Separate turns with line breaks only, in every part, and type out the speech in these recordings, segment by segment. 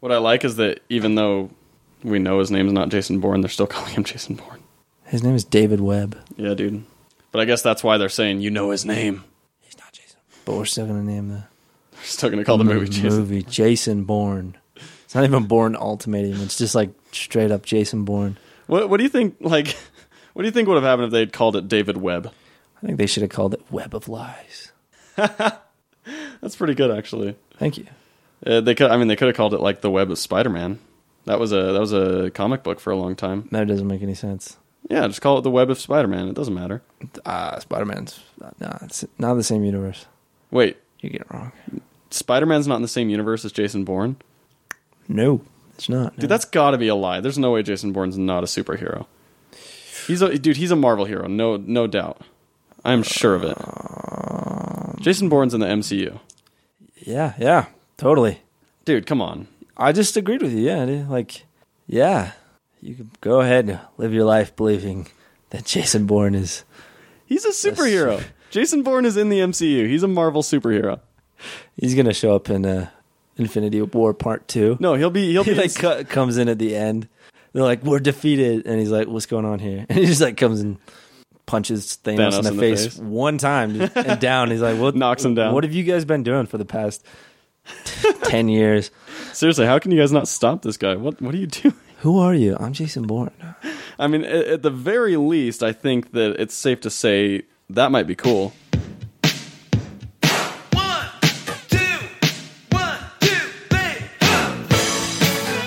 What I like is that even though we know his name's not Jason Bourne, they're still calling him Jason Bourne.
His name is David Webb.
Yeah, dude. But I guess that's why they're saying you know his name.
He's not Jason. But we're still gonna name the
They're still gonna call the movie Jason.
movie Jason Bourne. It's not even Bourne Ultimatum. It's just like straight up Jason Bourne.
What What do you think? Like, what do you think would have happened if they'd called it David Webb?
I think they should have called it Web of Lies.
That's pretty good, actually.
Thank you.
Uh, they could. I mean, they could have called it like the Web of Spider Man. That was a that was a comic book for a long time.
That doesn't make any sense.
Yeah, just call it the Web of Spider Man. It doesn't matter.
Uh, Spider Man's not, nah, it's not the same universe.
Wait,
You get it wrong.
Spider Man's not in the same universe as Jason Bourne,
No, it's not.
dude. That's got to be a lie. There's no way Jason Bourne's not a superhero. He's a dude. He's a Marvel hero. No, no doubt. I'm sure of it. Jason Bourne's in the MCU.
yeah, yeah, totally.
Dude, come on.
I just agreed with you. Yeah, dude. like, yeah, you can go ahead and live your life believing that Jason Bourne is.
He's a superhero. Jason Bourne is in the MCU. He's a Marvel superhero.
He's gonna show up in uh, Infinity War Part Two.
No, he'll be he'll
he
be
like
like,
co- comes in at the end. They're like, "We're defeated," and he's like, "What's going on here?" And he just like comes and punches Thanos,
Thanos
in, the,
in the
face
face.
one time just- and down. He's like, "What?"
Knocks him down.
What have you guys been doing for the past ten years?
seriously. How can you guys not stop this guy? What what are you doing?
Who are you? I'm Jason Bourne.
I mean, at, at the very least, I think that it's safe to say that might be cool.
One, two, one, two, three, four.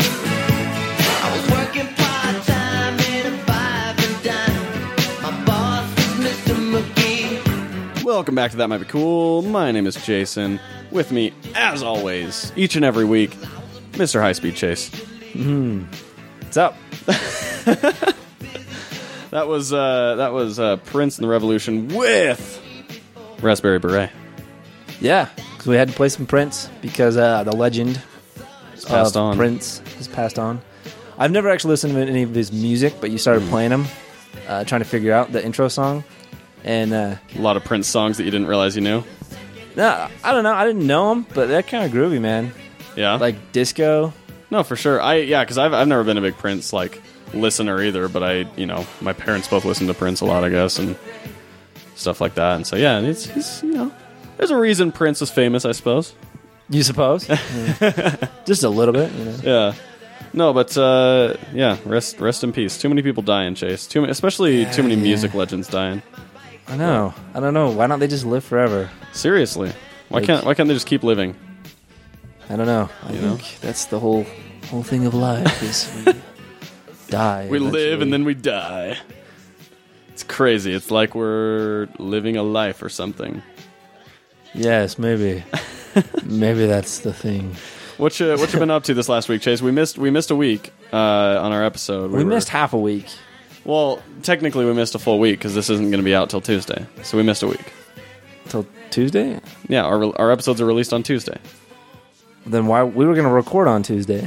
I was working part-time in a five and dime. My boss was Mr. McGee.
Welcome back to That Might Be Cool. My name is Jason. With me, as always, each and every week, Mr. High Speed Chase.
Hmm. What's up?
That was uh, that was uh, Prince and the Revolution with Raspberry Beret.
Yeah, because we had to play some Prince because uh, the legend
It's passed
of
on.
Uh, Prince has passed on. I've never actually listened to any of his music, but you
Hmm.
started playing him, uh, trying to figure out the intro song, and. uh
A lot of Prince songs that you didn't realize you knew.
No, I don't know. I didn't know him, but they're kind of groovy, man.
Yeah,
Like disco.
No, for sure. I yeah, because I've I've never been a big Prince like listener either. But I you know my parents both listen to Prince a lot, I guess, and stuff like that. And so yeah, and it's he's you know there's a reason Prince was famous, I suppose.
You suppose? Hmm. Just a little bit, you know.
Yeah. No, but uh, yeah, rest rest in peace. Too many people dying, Chase. Too many, especially too many
yeah.
music legends dying.
I know. I don't know. Why don't they just live forever?
Seriously, why
Like-
can't why can't they just keep living?
I don't know. I
You know?
think that's the whole whole thing of life is we die.
We live
eventually.
and then we die. It's crazy. It's like we're living a life or something.
Yes, maybe. maybe that's the thing.
What you what you been up to this last week, Chase? We missed we missed a week uh, on our episode.
We
were-
missed half a week.
Well, technically, we missed a full week because this isn't going to be out till Tuesday. So we missed a week.
Till Tuesday?
Yeah, our our episodes are released on Tuesday.
Then why we were gonna record on Tuesday.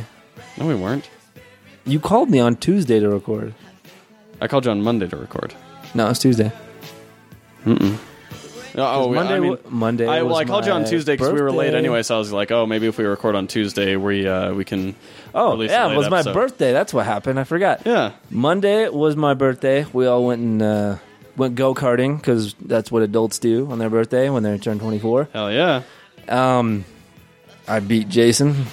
No, we weren't.
You called me on Tuesday to record.
I called you on Monday to record.
No, it's Tuesday.
No, Oh, we-
Monday
I mean,
wa- Monday
I, well,
was
I called you on
my
Tuesday because we were late
birthday.
anyway. So I was like, oh, maybe if we record on Tuesday, we uh, we can.
Oh,
release a
yeah,
late
it was my
episode.
birthday. That's what happened. I forgot.
Yeah,
Monday was my birthday. We all went and uh, went go karting because that's what adults do on their birthday when they turn 24.
hell yeah.
Um, I beat Jason.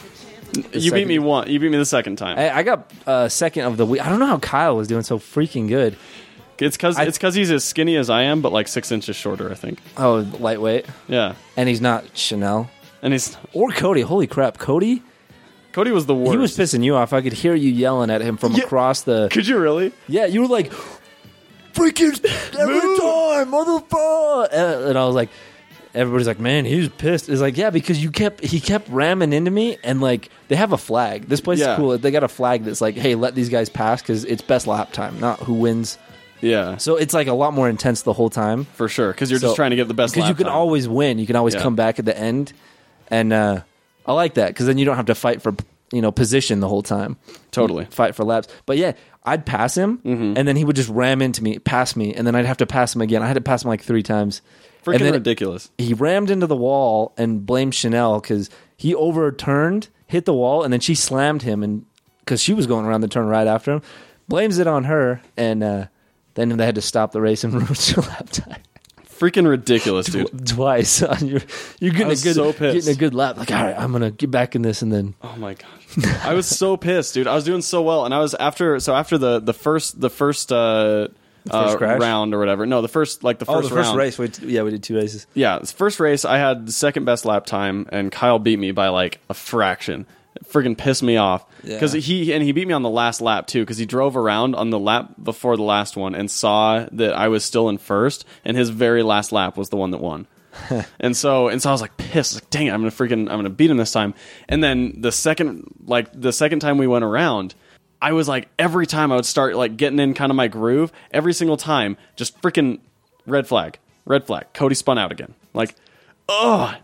you beat
second-
me one. You beat me the second time.
I, I got uh, second of the week. I don't know how Kyle was doing so freaking good.
it's because
I-
it's because he's as skinny as I am, but like six inches shorter. I think.
Oh, lightweight,
Yeah,
and he's not Chanel
and he's
or Cody. Holy crap, Cody!
Cody was the worst.
He was pissing you off. I could hear you yelling at him from
Yeah.
across the.
Could you really?
Yeah, you were like, freaking every
Move.
time, motherfucker. Uh, And and I was like, everybody's like, man, he was pissed. It's like, yeah, because you kept he kept ramming into me, and like they have a flag. This place
Yeah.
is cool. They got a flag that's like, hey, let these guys pass because it's best lap time, not who wins.
Yeah,
So it's like a lot more intense the whole time
for sure. Because you're
So-
just trying to get the best.
because you
lap
can
time.
always win. You can always
Yeah.
come back at the end, and uh, I like that because then you don't have to fight for you know position the whole time.
Totally. Mm-hmm.
fight for laps. But yeah, I'd pass him, and then he would just ram into me, pass me, and then I'd have to pass him again. I had to pass him like three times.
Freaking
and then
ridiculous.
He rammed into the wall and blamed Chanel because he overturned, hit the wall, and then she slammed him, and because she was going around the turn right after him, blames it on her, and uh, then they had to stop the race and ruin your lap time
Freaking ridiculous, dude.
twice. On your, you're getting a
was
good,
so pissed.
getting a good lap. Like, all right, I'm gonna get back in this, and then
Oh my gosh. I was so pissed, dude. I was doing so well and I was after so after the the first the first uh
first
uh,
crash? Oh,
round or whatever. No, the first like Oh, the first, round.
We, yeah, we did two races.
Yeah, this first race I had the second best lap time, and Kyle beat me by like a fraction. It friggin' pissed me off
Yeah.
because he and he beat me on the last lap too because he drove around on the lap before the last one and saw that I was still in first, and his very last lap was the one that won. and so and so I was like pissed, like dang it, I'm gonna freaking I'm gonna beat him this time. And then the second like the second time we went around. I was like every time I would start like getting in kind of my groove, every single time, just freaking red flag, red flag. Cody spun out again. Like, oh,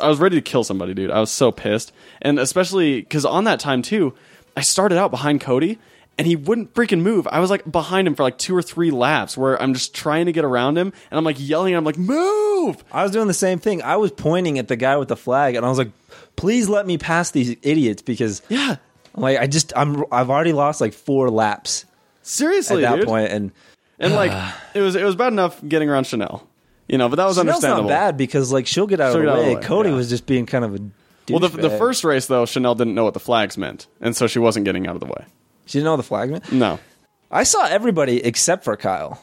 I was ready to kill somebody, dude. I was so pissed, and especially because on that time too, I started out behind Cody, and he wouldn't freaking move. I was like behind him for like two or three laps, where I'm just trying to get around him, and I'm like yelling, I'm like, move,
I was doing the same thing. I was pointing at the guy with the flag, and I was like, "Please let me pass these idiots," because
yeah,
I'm like I just I'm I've already lost like four laps at
seriously,
that
dude.
point, and
And like, it was it was bad enough getting around Chanel, you know, but that was
Chanel's not
understandable.
bad because like she'll get out,
She'll
of, the
get out of
way.
the way,
Cody
yeah.
was just being kind of a
Well, the, the
douchebag.
first race though, Chanel didn't know what the flags meant, and so she wasn't getting out of the way.
she didn't know the flag meant.
No,
I saw everybody except for Kyle.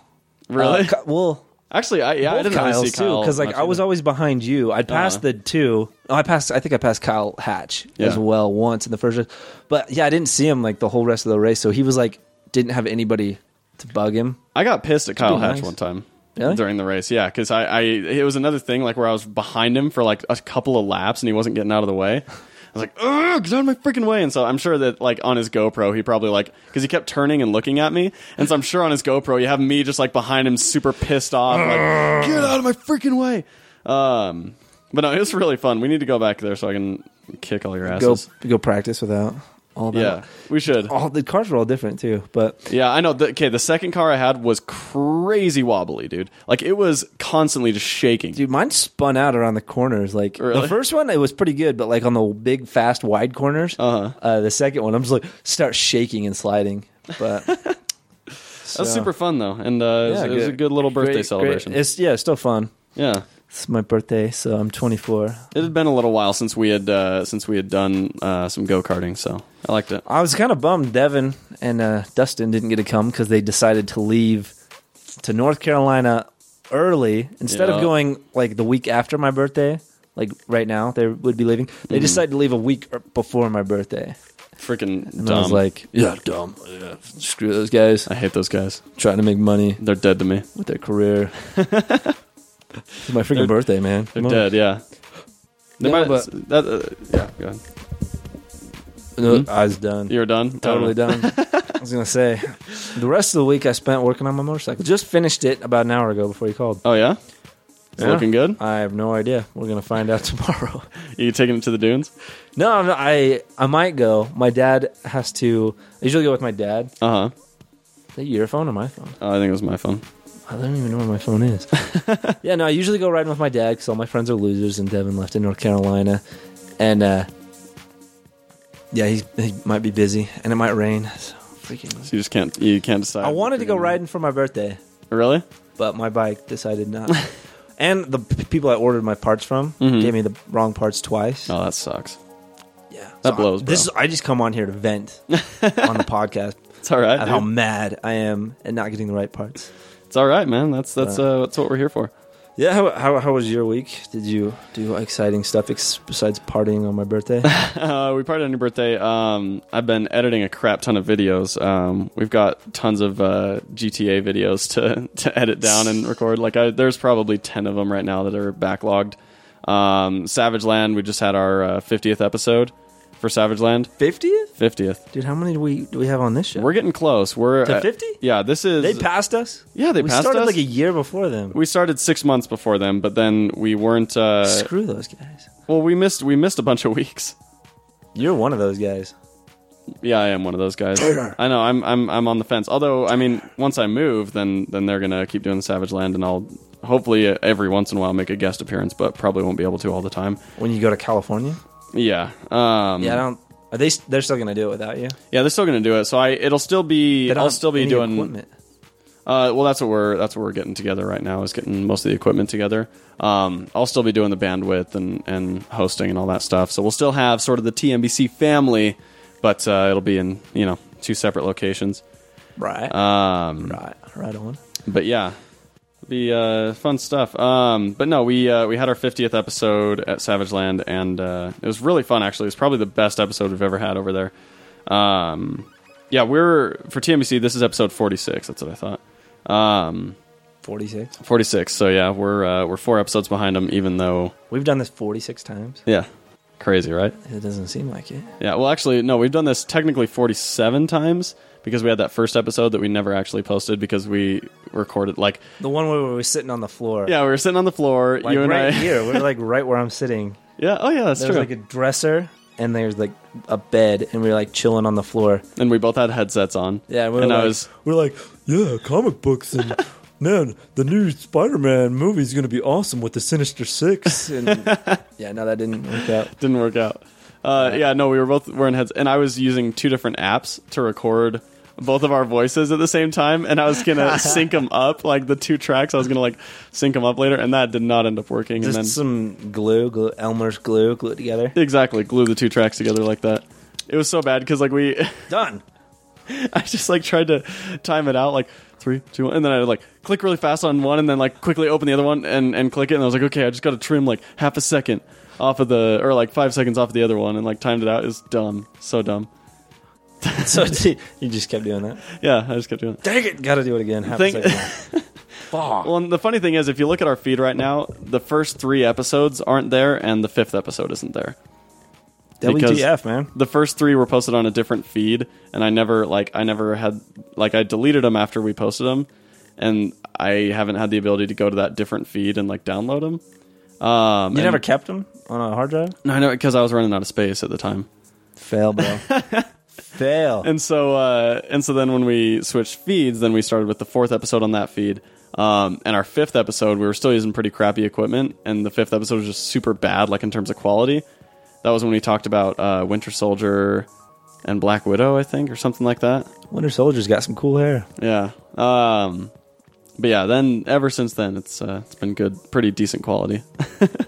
really.
Uh, Ky- well,
Actually, I yeah, I
both
didn't
Kyle's
really see Kyle
too, because like
much
I was
either.
always behind you. I'd pass
Uh-huh.
the two. Oh, I passed. I think I passed Kyle Hatch as
Yeah.
well once in the first. race. But yeah, I didn't see him like the whole rest of the race. So he was like didn't have anybody to bug him.
I got pissed at Kyle
be
Hatch
nice.
one time
Really?
during the race. Yeah, because I, I it was another thing like where I was behind him for like a couple of laps and he wasn't getting out of the way. I was like, "Ugh, get out of my freaking way!" And so I'm sure that like on his GoPro, he probably like because he kept turning and looking at me, and so I'm sure on his GoPro, you have me just like behind him, super pissed off, like, "Get out of my freaking way!" Um, but no, it was really fun. We need to go back there so I can kick all your
Go
asses.
go practice without all that.
yeah, we should.
All the cars were all different too, but
Yeah, I know. The, okay, the second car I had was crazy wobbly, dude. Like it was constantly just shaking.
dude, mine spun out around the corners. Like the
Really?
first one, it was pretty good, but like on the big, fast, wide corners.
Uh-huh.
Uh, the second one, I'm just like start shaking and sliding. But that's
That's super fun though, and uh, it, was, it was a good little birthday celebration.
It's yeah, it's still fun.
yeah,
It's my birthday, so I'm 24.
it had been a little while since we had uh, since we had done uh, some go karting, so I liked it.
I was kind of bummed Devin and uh, Dustin didn't get to come because they decided to leave to North Carolina early instead of
Yeah.
going like the week after my birthday. Like right now, they would be leaving.
Mm-hmm.
They decided to leave a week er- before my birthday.
Freaking dumb.
And I was like, yeah, dumb. Yeah, screw those guys.
I hate those guys.
trying to make money
They're dead to me.
with their career. it's my freaking
They're-
birthday, man.
They're
Come on.
dead. Yeah. They
No,
might.
but-
that, uh, yeah. Go ahead.
No,
Hmm?
I was done.
You were done.
Totally
done.
done. I was gonna say, the rest of the week I spent working on my motorcycle. Just finished it about an hour ago before you called.
Oh yeah. It's
Yeah.
looking good.
I have no idea. We're gonna find out tomorrow.
you taking it to the dunes?
no, I'm not- I I might go. My dad has to. I usually go with my dad.
Uh huh.
Is that your phone or my phone?
Oh, I think it was my phone.
I don't even know where my phone is. yeah, no, I usually go riding with my dad because all my friends are losers, and Devin left in North Carolina, and uh, yeah, he, he might be busy, and it might rain. So freaking.
So you just can't. You can't decide.
I wanted
if
to
you're
go
gonna-
riding for my birthday.
Really?
but my bike decided not. and the p- people I ordered my parts from
Mhm.
gave me the wrong parts twice.
Oh, that sucks.
yeah,
that
I-
blows, bro.
This is I just come on here to vent on the podcast
It's all right.
at how
dude.
mad I am at not getting the right parts.
It's all right, man. That's that's uh, that's what we're here for.
Yeah, how, how, how was your week? Did you do exciting stuff ex- besides partying on my birthday?
Uh, we partied on your birthday. Um, I've been editing a crap ton of videos. Um, we've got tons of uh, GTA videos to to edit down and record. Like, I, there's probably ten of them right now that are backlogged. Um, Savage Land. We just had our uh, 50th episode for Savage Land.
Fiftieth,
50th.
dude. How many do we do we have on this show?
We're getting close. We're
To
at-
50?
yeah, this is
they passed us.
Yeah, they
we
passed
started
us.
like a year before them.
we started six months before them, but then we weren't. Uh,
Screw those guys.
well, we missed we missed a bunch of weeks.
You're one of those guys.
yeah, I am one of those guys. I know. I'm I'm I'm on the fence. Although, I mean, once I move, then then they're gonna keep doing Savage Land, and I'll hopefully uh, every once in a while make a guest appearance, but probably won't be able to all the time.
When you go to California?
Mm-hmm. Yeah. Um,
Yeah, I don't. Are they? They're still gonna do it without you.
yeah, they're still gonna do it. So I it'll still be
They don't
I'll
have
still be
any
doing
equipment.
Uh, well, that's what we're that's what we're getting together right now is getting most of the equipment together. Um, I'll still be doing the bandwidth and and hosting and all that stuff. So we'll still have sort of the TMBC family, but uh, it'll be in you know two separate locations.
Right.
Um,
right. Right on.
but yeah, it'll be uh, fun stuff. Um, but no, we uh, we had our 50th episode at Savage Land, and uh, it was really fun. Actually, it's probably the best episode we've ever had over there. Um, yeah, we're for TMBC. This is episode 46. That's what I thought.
Forty six.
46. So yeah, we're uh, we're four episodes behind them, even though
We've done this forty six times.
yeah, crazy, right?
It doesn't seem like it.
Yeah. Well, actually, no, we've done this technically 47 times because we had that first episode that we never actually posted because we recorded like
The one where we were sitting on the floor.
yeah, we were sitting on the floor,
Like
you and
right
I.
here. We're like right where I'm sitting.
Yeah. Oh yeah, that's
There's
true.
like a dresser and there's like a bed and we were like chilling on the floor.
and we both had headsets on.
Yeah, we were
and
like-
I was
We're like, yeah, comic books and man, the new Spider-Man movie is gonna be awesome with the Sinister Six.
And yeah, no, that didn't work out.
didn't work out. Uh, yeah, no, we were both wearing heads, and I was using two different apps to record both of our voices at the same time, and I was gonna sync them up like the two tracks. I was gonna like sync them up later, and that did not end up working.
Just
and then
some glue, glue, Elmer's glue, glue it together.
exactly glue the two tracks together like that. It was so bad because like we,
Done.
I just like tried to time it out like three, two, one, and then I would like click really fast on one, and then like quickly open the other one and and click it, and I was like, okay, I just got to trim like half a second off of the or like five seconds off of the other one, and like timed it out. Is dumb, so dumb.
So you just kept doing that.
Yeah, I just kept doing it.
Dang it! Got to do it again. Half a
Think-
second. Fuck.
Well, and the funny thing is, if you look at our feed right now, the first three episodes aren't there, and the fifth episode isn't there. because-
WTF, man?
The first three were posted on a different feed, and I never like I never had like I deleted them after we posted them, and I haven't had the ability to go to that different feed and like download them. Um,
You
and-
never kept them on a hard drive?
No, I know because I was running out of space at the time.
Fail, bro. Fail.
and so uh, and so then when we switched feeds, then we started with the fourth episode on that feed. Um, and our fifth episode, we were still using pretty crappy equipment, and the fifth episode was just super bad, like in terms of quality. That was when we talked about uh, Winter Soldier and Black Widow, I think, or something like that.
Winter Soldier's got some cool hair.
Yeah. Um, but yeah, then ever since then, it's uh, it's been good, pretty decent quality.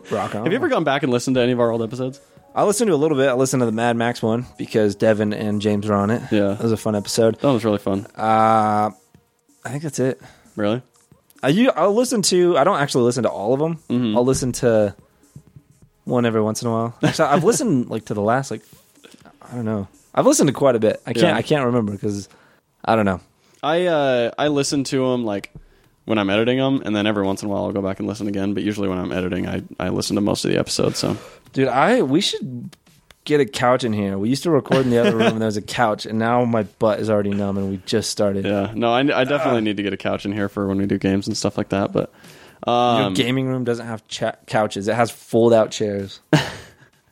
Rock on.
Have you ever gone back and listened to any of our old episodes?
I listened to a little bit. I listened to the Mad Max one because Devin and James were on it.
Yeah.
That was a fun episode.
That was really fun.
Uh, I think that's it.
really?
I you I'll listen to I don't actually listen to all of them.
Mm-hmm.
I'll listen to one every once in a while. Actually, I've listened like to the last like I don't know. I've listened to quite a bit. I can't
Yeah.
I can't remember because I don't know.
I uh, I listen to them like when I'm editing them, and then every once in a while I'll go back and listen again. But usually when I'm editing, I, I listen to most of the episodes. So
Dude, I we should get a couch in here. We used to record in the other room and there was a couch and now my butt is already numb and we just started.
yeah, no, I, I definitely need to get a couch in here for when we do games and stuff like that. But
Your
um,
gaming room doesn't have cha- couches. It has fold out chairs.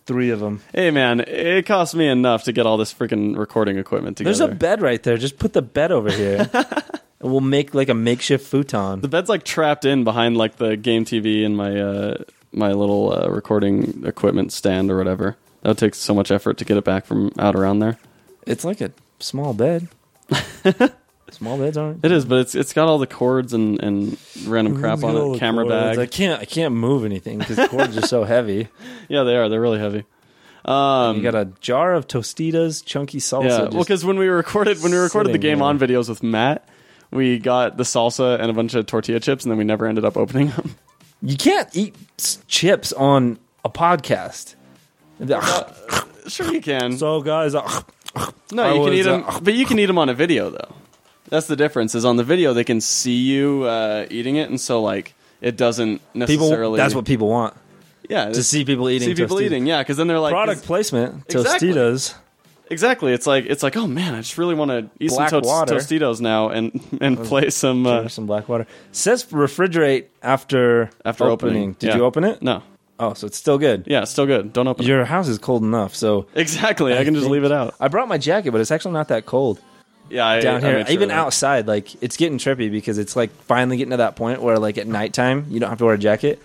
Three of them.
hey, man, it cost me enough to get all this freaking recording equipment together.
There's a bed right there. Just put the bed over here. and we'll make like a makeshift futon.
the bed's like trapped in behind like the game TV and my uh, my little uh, recording equipment stand or whatever. That would take so much effort to get it back from out around there.
It's like a small bed. small beds aren't.
It is, but it's it's got all the cords and, and random crap
got all
on it,
the
camera bag.
cords.
I can't. I can't move anything because cords are so heavy.
Yeah, they are. They're really heavy. Um,
You got a jar of Tostitas, chunky salsa.
yeah, well,
just-
because when we recorded when we recorded the
sitting
game
there.
on videos with Matt, we got the salsa and a bunch of tortilla chips, and then we never ended up opening them.
you can't eat s- chips on a podcast.
sure, you can.
so guys, uh,
no, you
I
can eat
was,
them,
uh,
but you can eat them on a video though. That's the difference. Is on the video they can see you uh, eating it, and so like it doesn't
people.
necessarily.
That's what people want
yeah
to see people eating.
see people
Tostitas.
eating. Yeah, because then they're like 'cause-
Product placement.
Exactly.
Tostitas.
Exactly. It's like it's like oh man, I just really want to eat
Black
some toast-
water.
Tostitos now and and play some. Uh,
Drink some black water. Says refrigerate after
after opening,
Did
Yeah.
you open it?
No.
Oh, so it's still good.
Yeah, it's still good. Don't open
Your house is cold enough, so
it. Exactly. I, can just
think-
leave it out.
I brought my jacket, but it's actually not that cold
Yeah, I,
down
I
here.
made sure
Even
of that.
outside, like it's getting trippy because it's like finally getting to that point where like at nighttime you don't have to wear a jacket,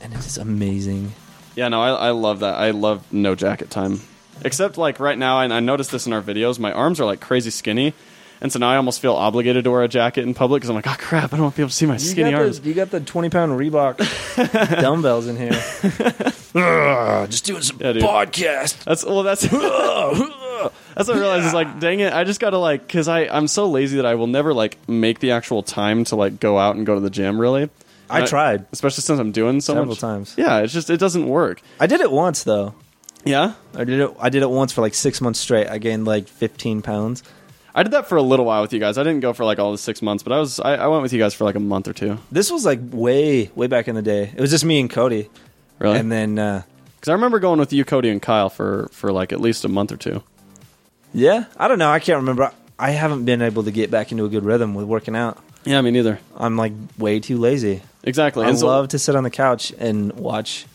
and it is amazing.
Yeah, no, I, I love that. I love no jacket time. Except like right now, and I noticed this in our videos, my arms are like crazy skinny. And so now I almost feel obligated to wear a jacket in public because I'm like, oh crap, I don't want people to see my
You
skinny
got
arms.
The, you got the twenty pound Reebok dumbbells in here. Ugh, just doing some
Yeah, dude.
podcast.
That's well, that's that's what I realized is like, dang it, I just gotta like, cause I I'm so lazy that I will never like make the actual time to like go out and go to the gym. Really,
I
And
tried.
especially since I'm doing so
Several
much.
times.
Yeah, it's just it doesn't work.
I did it once though.
Yeah,
I did it. I did it once for like six months straight. I gained like fifteen pounds.
I did that for a little while with you guys. I didn't go for like all the six months, but I was I, I went with you guys for like a month or two.
This was like way, way back in the day. It was just me and Cody,
Really,
and then uh,
Because I remember going with you, Cody, and Kyle for for like at least a month or two.
yeah, I don't know. I can't remember. I haven't been able to get back into a good rhythm with working out.
Yeah, me neither.
I'm like way too lazy.
Exactly.
I
and so,
love to sit on the couch and watch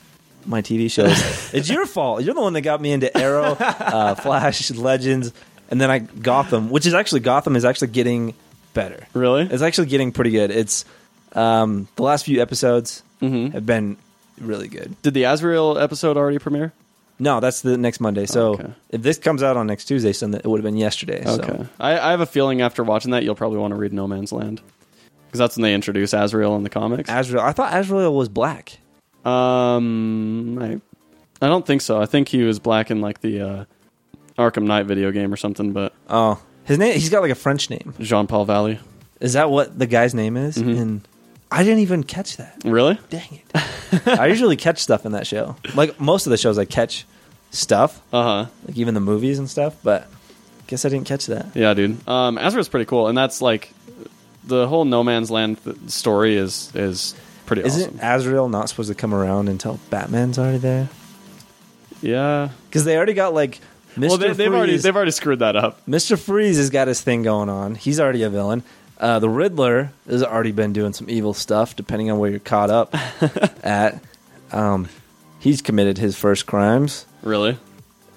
my TV shows. it's your fault. You're the one that got me into Arrow, uh, Flash, Legends, and then I Gotham, which is actually Gotham is actually getting better.
Really?
It's actually getting pretty good. It's um, the last few episodes
Mm-hmm.
have been really good.
Did the Azrael episode already premiere?
No, that's the next Monday. So
Okay.
if this comes out on next Tuesday, so it would have been yesterday.
Okay.
So.
I, I have a feeling after watching that, you'll probably want to read No Man's Land. Because that's when they introduce Azrael in the comics.
Azrael, I thought Azrael was black.
um, I, I don't think so. I think he was black in like the uh, Arkham Knight video game or something, but
Oh, his name. He's got like a French name.
Jean Paul Valley.
Is that what the guy's name is?
Mm-hmm.
And I didn't even catch that.
Really?
Dang it! I usually catch stuff in that show. Like most of the shows, I catch stuff,
Uh huh.
like even the movies and stuff. But guess I didn't catch that.
Yeah, dude. Um, Azrael's pretty cool, and that's like the whole No Man's Land th- story is is pretty
Isn't
awesome.
Azrael not supposed to come around until Batman's already there?
Yeah.
Because they already got like Mr.
Well, they, they've already
Freeze.
they've already screwed that up.
Mr. Freeze has got his thing going on. He's already a villain. Uh, the Riddler has already been doing some evil stuff, depending on where you're caught up at. Um, he's committed his first crimes.
Really?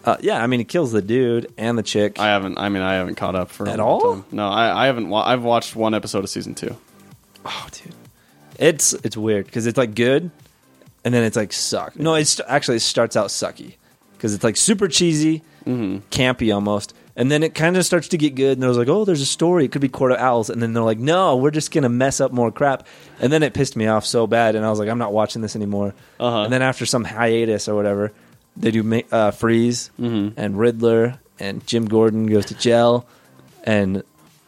Uh, yeah, I mean, he kills the dude and the chick.
I haven't. I mean, I haven't caught up for a
At
long
all?
time. No, I, I haven't. Wa- I've watched one episode of season two.
oh, dude, it's it's weird because it's like good, and then it's like suck. No, it's actually it starts out sucky because it's like super cheesy, campy almost, and then it kind of starts to get good. And I was like, oh, there's a story. It could be Court of Owls, and then they're like, no, we're just gonna mess up more crap. And then it pissed me off so bad, and I was like, I'm not watching this anymore.
Uh-huh.
And then after some hiatus or whatever, they do ma- uh, Freeze and Riddler, and Jim Gordon goes to jail, and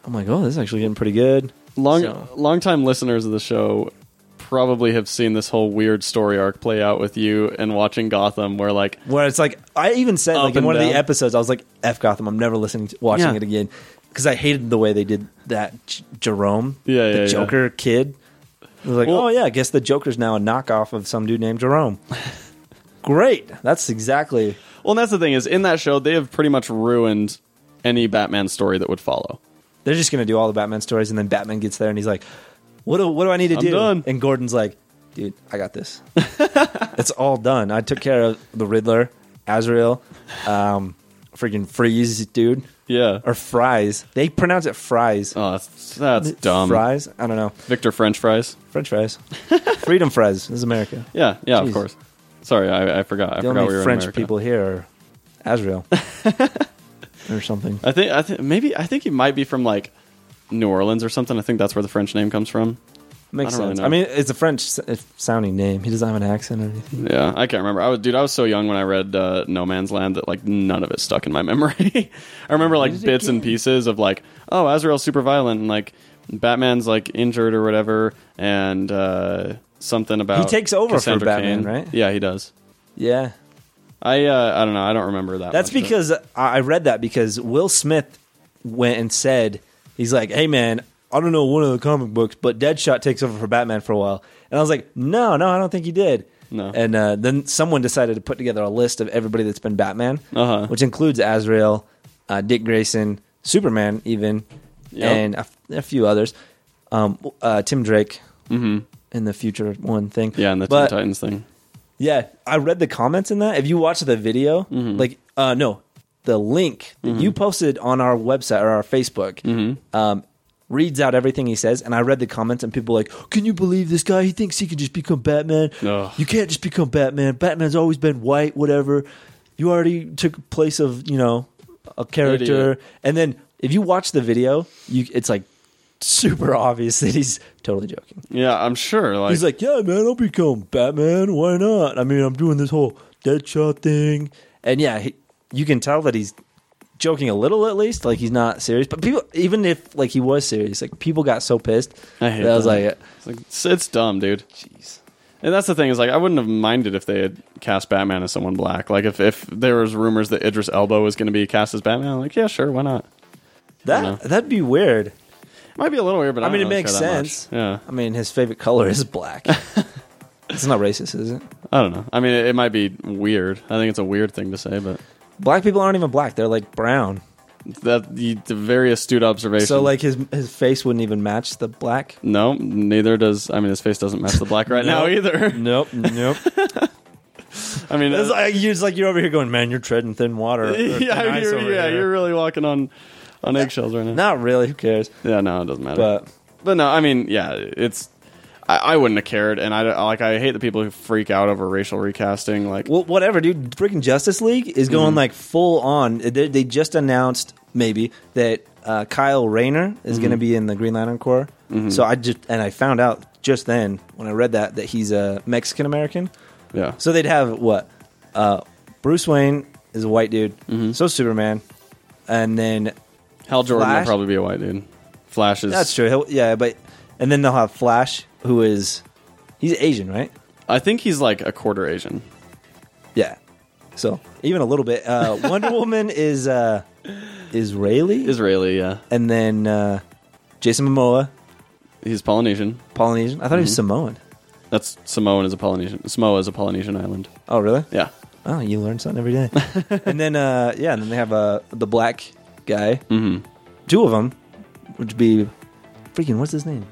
I'm like, oh, this is actually getting pretty good.
Long
So-
long time listeners of the show probably have seen this whole weird story arc play out with you and watching Gotham, where like
where it's like I even said
Up
like in
and
one of
down.
the episodes I was like F Gotham I'm never listening to watching
Yeah.
it again because I hated the way they did that J- Jerome
Yeah,
the
yeah, yeah.
Joker kid it was like
Well-
oh yeah I guess the Joker's now a knockoff of some dude named Jerome great that's exactly
well, and that's the thing is in that show they have pretty much ruined any Batman story that would follow.
they're just gonna do all the Batman stories and then Batman gets there and he's like what do, what do I need to
I'm
do
done.
and Gordon's like dude I got this it's all done I took care of the Riddler Azrael um freaking Freeze dude
Yeah.
or fries. They pronounce it fries.
oh, that's that's dumb.
Fries? I don't know.
Victor French fries.
French fries. Freedom fries. This is America.
Yeah, yeah, of
Jeez.
course. Sorry, I, I forgot. I
The
forgot
only
we were in
French
America.
people here are Azrael or something.
I think I think maybe I think he might be from like New Orleans or something. I think that's where the French name comes from.
Makes
I don't really
sense.
know.
I mean, it's a French s- uh, sounding name. He doesn't have an accent or anything.
Yeah, I can't remember. I was, dude, I was so young when I read uh, No Man's Land that like none of it stuck in my memory. I remember like bits and pieces of like, oh, Azrael's super violent and like Batman's like injured or whatever, and uh, something about
He takes over for
Cassandra
Batman,
Cain.
right?
Yeah, he does.
Yeah.
I uh, I don't know. I don't remember that.
That's
much, but-
because I I read that because Will Smith went and said, he's like, hey, man, I don't know one of the comic books, but Deadshot takes over for Batman for a while. And I was like, no, no, I don't think he did.
No.
And uh, then someone decided to put together a list of everybody that's been Batman,
Uh-huh.
which includes Azrael, uh, Dick Grayson, Superman, even,
Yep.
and a, f- a few others. Um, uh, Tim Drake in the future one thing.
Mm-hmm. yeah, and the
But-
Teen Titans thing.
Yeah, I read the comments in that. If you watch the video,
Mm-hmm.
like, uh, no, the link that you posted on our website or our Facebook
Mm-hmm.
um, reads out everything he says. And I read the comments, and people like, "Can you believe this guy? He thinks he can just become Batman.
Ugh.
You can't just become Batman. Batman's always been white, whatever. You already took place of you know a character."
Idiot.
And then if you watch the video, you it's like super obvious that he's totally joking.
Yeah, I'm sure. Like,
He's like, yeah, man, I'll become Batman. Why not? I mean, I'm doing this whole Deadshot thing.
and yeah, he, you can tell that he's joking a little at least, like he's not serious. But people, even if like he was serious, like people got so pissed.
I hate
that I was
that.
like,
it's, like, it's, it's dumb, dude. Jeez. And that's the thing is like I wouldn't have minded if they had cast Batman as someone black. Like if, if there was rumors that Idris Elba was going to be cast as Batman, I'm like yeah, sure, why not? know.
that that'd be weird.
Might be a little weird, but I,
I mean,
don't
it
really
makes
care that much.
sense.
Yeah,
I mean, his favorite color is black. it's not racist, is it?
I don't know. I mean, it, it might be weird. I think it's a weird thing to say, but
Black people aren't even black; they're like brown.
that the, the very astute observation.
So like his his face wouldn't even match the black.
no, neither does. I mean, his face doesn't match the black right now either.
Nope, nope.
I mean,
it's,
uh,
like, it's like you're over here going, man, you're treading thin water. or thin
yeah,
ice
you're,
over
yeah,
here."
you're really walking on on eggshells right now.
not really. Who cares?
Yeah, no, it doesn't matter.
But
But no, I mean, yeah, it's. I, I wouldn't have cared, and I like I hate the people who freak out over racial recasting. Like,
Well, whatever, dude. Freaking Justice League is going like full on. They, they just announced maybe that uh, Kyle Rayner is going to be in the Green Lantern Corps. So I just and I found out just then when I read that that he's a Mexican American.
yeah,
So they'd have what? Uh, Bruce Wayne is a white dude. So Superman, and then
Hal Jordan will
Flash-
probably be a white dude. Flash is.
that's true. He'll, yeah, but and then they'll have Flash, who is he's Asian, right?
I think he's like a quarter Asian.
Yeah. So even a little bit. Uh, Wonder Woman is uh, Israeli,
Israeli, yeah.
and then uh, Jason Momoa,
He's Polynesian.
Polynesian. I thought
Mm-hmm.
he was Samoan.
That's Samoan is a Polynesian. Samoa is a Polynesian island.
Oh, really?
Yeah.
Oh, you learn something every day. and then uh, yeah, and then they have uh, the black guy. Mm-hmm. Two of them, which would be freaking what's his name?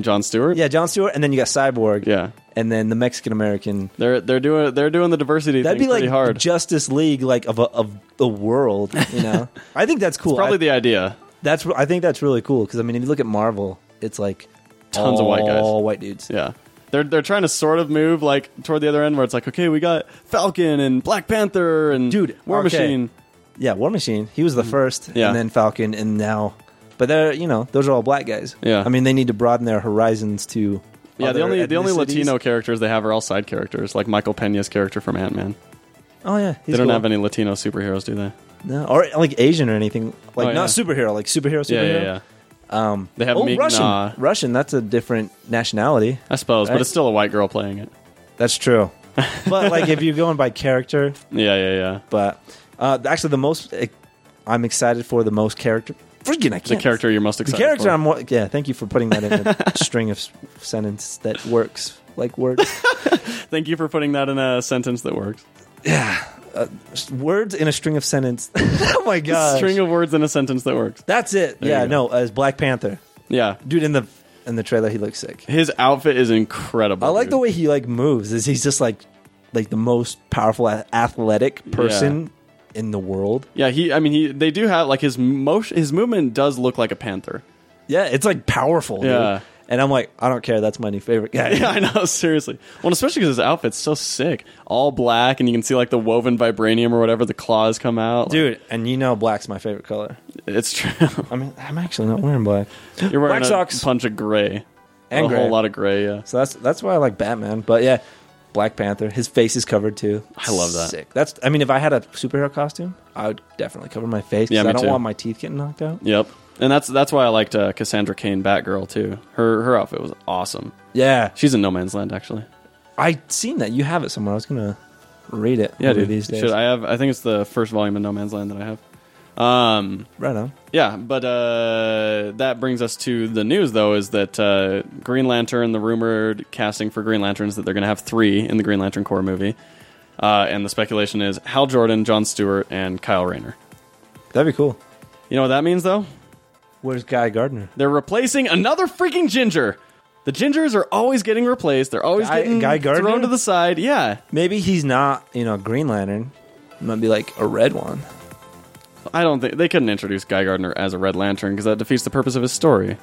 John Stewart.
Yeah, John Stewart, and then you got Cyborg.
Yeah.
And then the Mexican American.
They're they're doing they're doing the diversity
That'd
thing
be like
pretty hard.
the Justice League, like of a, of the world. You know, I think that's cool.
Probably
I-
the idea.
That's I think that's really cool because I mean if you look at Marvel, it's like
Tons of white guys.
all white dudes.
Yeah. They're they're trying to sort of move like toward the other end where it's like, okay, we got Falcon and Black Panther and
Dude,
War
okay.
Machine.
Yeah, War Machine. He was the first,
Mm. Yeah.
and then Falcon, and now, but they're you know those are all black guys.
Yeah.
I mean they need to broaden their horizons to
Yeah,
other
the only the only
ethnicities.
Latino characters they have are all side characters, like Michael Pena's character from Ant Man.
Oh yeah,
They don't have any Latino superheroes, do they?
no, or like Asian or anything like
Oh,
not
yeah.
superhero like superhero superhero.
Yeah, yeah, yeah. Um, they have
Oh,
Meek
Russian,
Nah,
Russian. That's a different nationality.
I suppose, but
Right.
it's still a white girl playing it.
That's true. but like if you're going by character,
Yeah, yeah, yeah.
but uh, actually the most eh, I'm excited for the most character. Freaking, I can't.
The character you're most
The
excited
character
for.
I'm. wa- Yeah, thank you for putting that in a string of s- sentence that works. Like words,
Thank you for putting that in a sentence that works.
words in a string of sentence. oh my god,
String of words in a sentence that works.
that's it. yeah,
you go.
no, as Black Panther,
Yeah.
dude in the in the trailer, he looks sick.
His outfit is incredible.
I like
dude.
the way he like moves. Is he's just like like the most powerful a- athletic person in the world.
Yeah, he. I mean, he. They do have like his motion. His movement does look like a panther.
Yeah, it's like powerful. dude.
Yeah.
and I'm like, I don't care. That's my new favorite guy.
Yeah, I know. Seriously. Well, especially because his outfit's so sick, all black, and you can see like the woven vibranium or whatever. The claws come out,
Dude, and you know black's my favorite color.
It's true.
I mean, I'm actually not wearing black.
You're wearing
Black
a
socks.
punch of gray,
And
a
gray.
whole lot of gray. Yeah.
So that's that's why I like Batman. But yeah, Black Panther, his face is covered too.
I love that.
Sick. That's I mean, if I had a superhero costume, I would definitely cover my face
Yeah,
because
me
I don't
too.
want my teeth getting knocked out.
Yep. And that's that's why I liked uh, Cassandra Kane Batgirl too. Her her outfit was awesome.
Yeah,
She's in No Man's Land actually.
I seen that. You have it somewhere. I was gonna read it.
Yeah,
one of
dude.
These days,
Should I have? I think it's the first volume of No Man's Land that I have. Um,
Right on.
Yeah, but uh, that brings us to the news, though, is that uh, Green Lantern, the rumored casting for Green Lanterns, that they're going to have three in the Green Lantern Corps movie. Uh, and the speculation is Hal Jordan, John Stewart, and Kyle Rayner.
That'd be cool.
You know what that means, though?
Where's Guy Gardner?
They're replacing another freaking ginger. The gingers are always getting replaced. They're always
Guy-
getting
Guy Gardner?
thrown to the side. Yeah,
Maybe he's not, you know, Green Lantern. It might be like a red one.
I don't think they couldn't introduce Guy Gardner as a Red Lantern because that defeats the purpose of his story.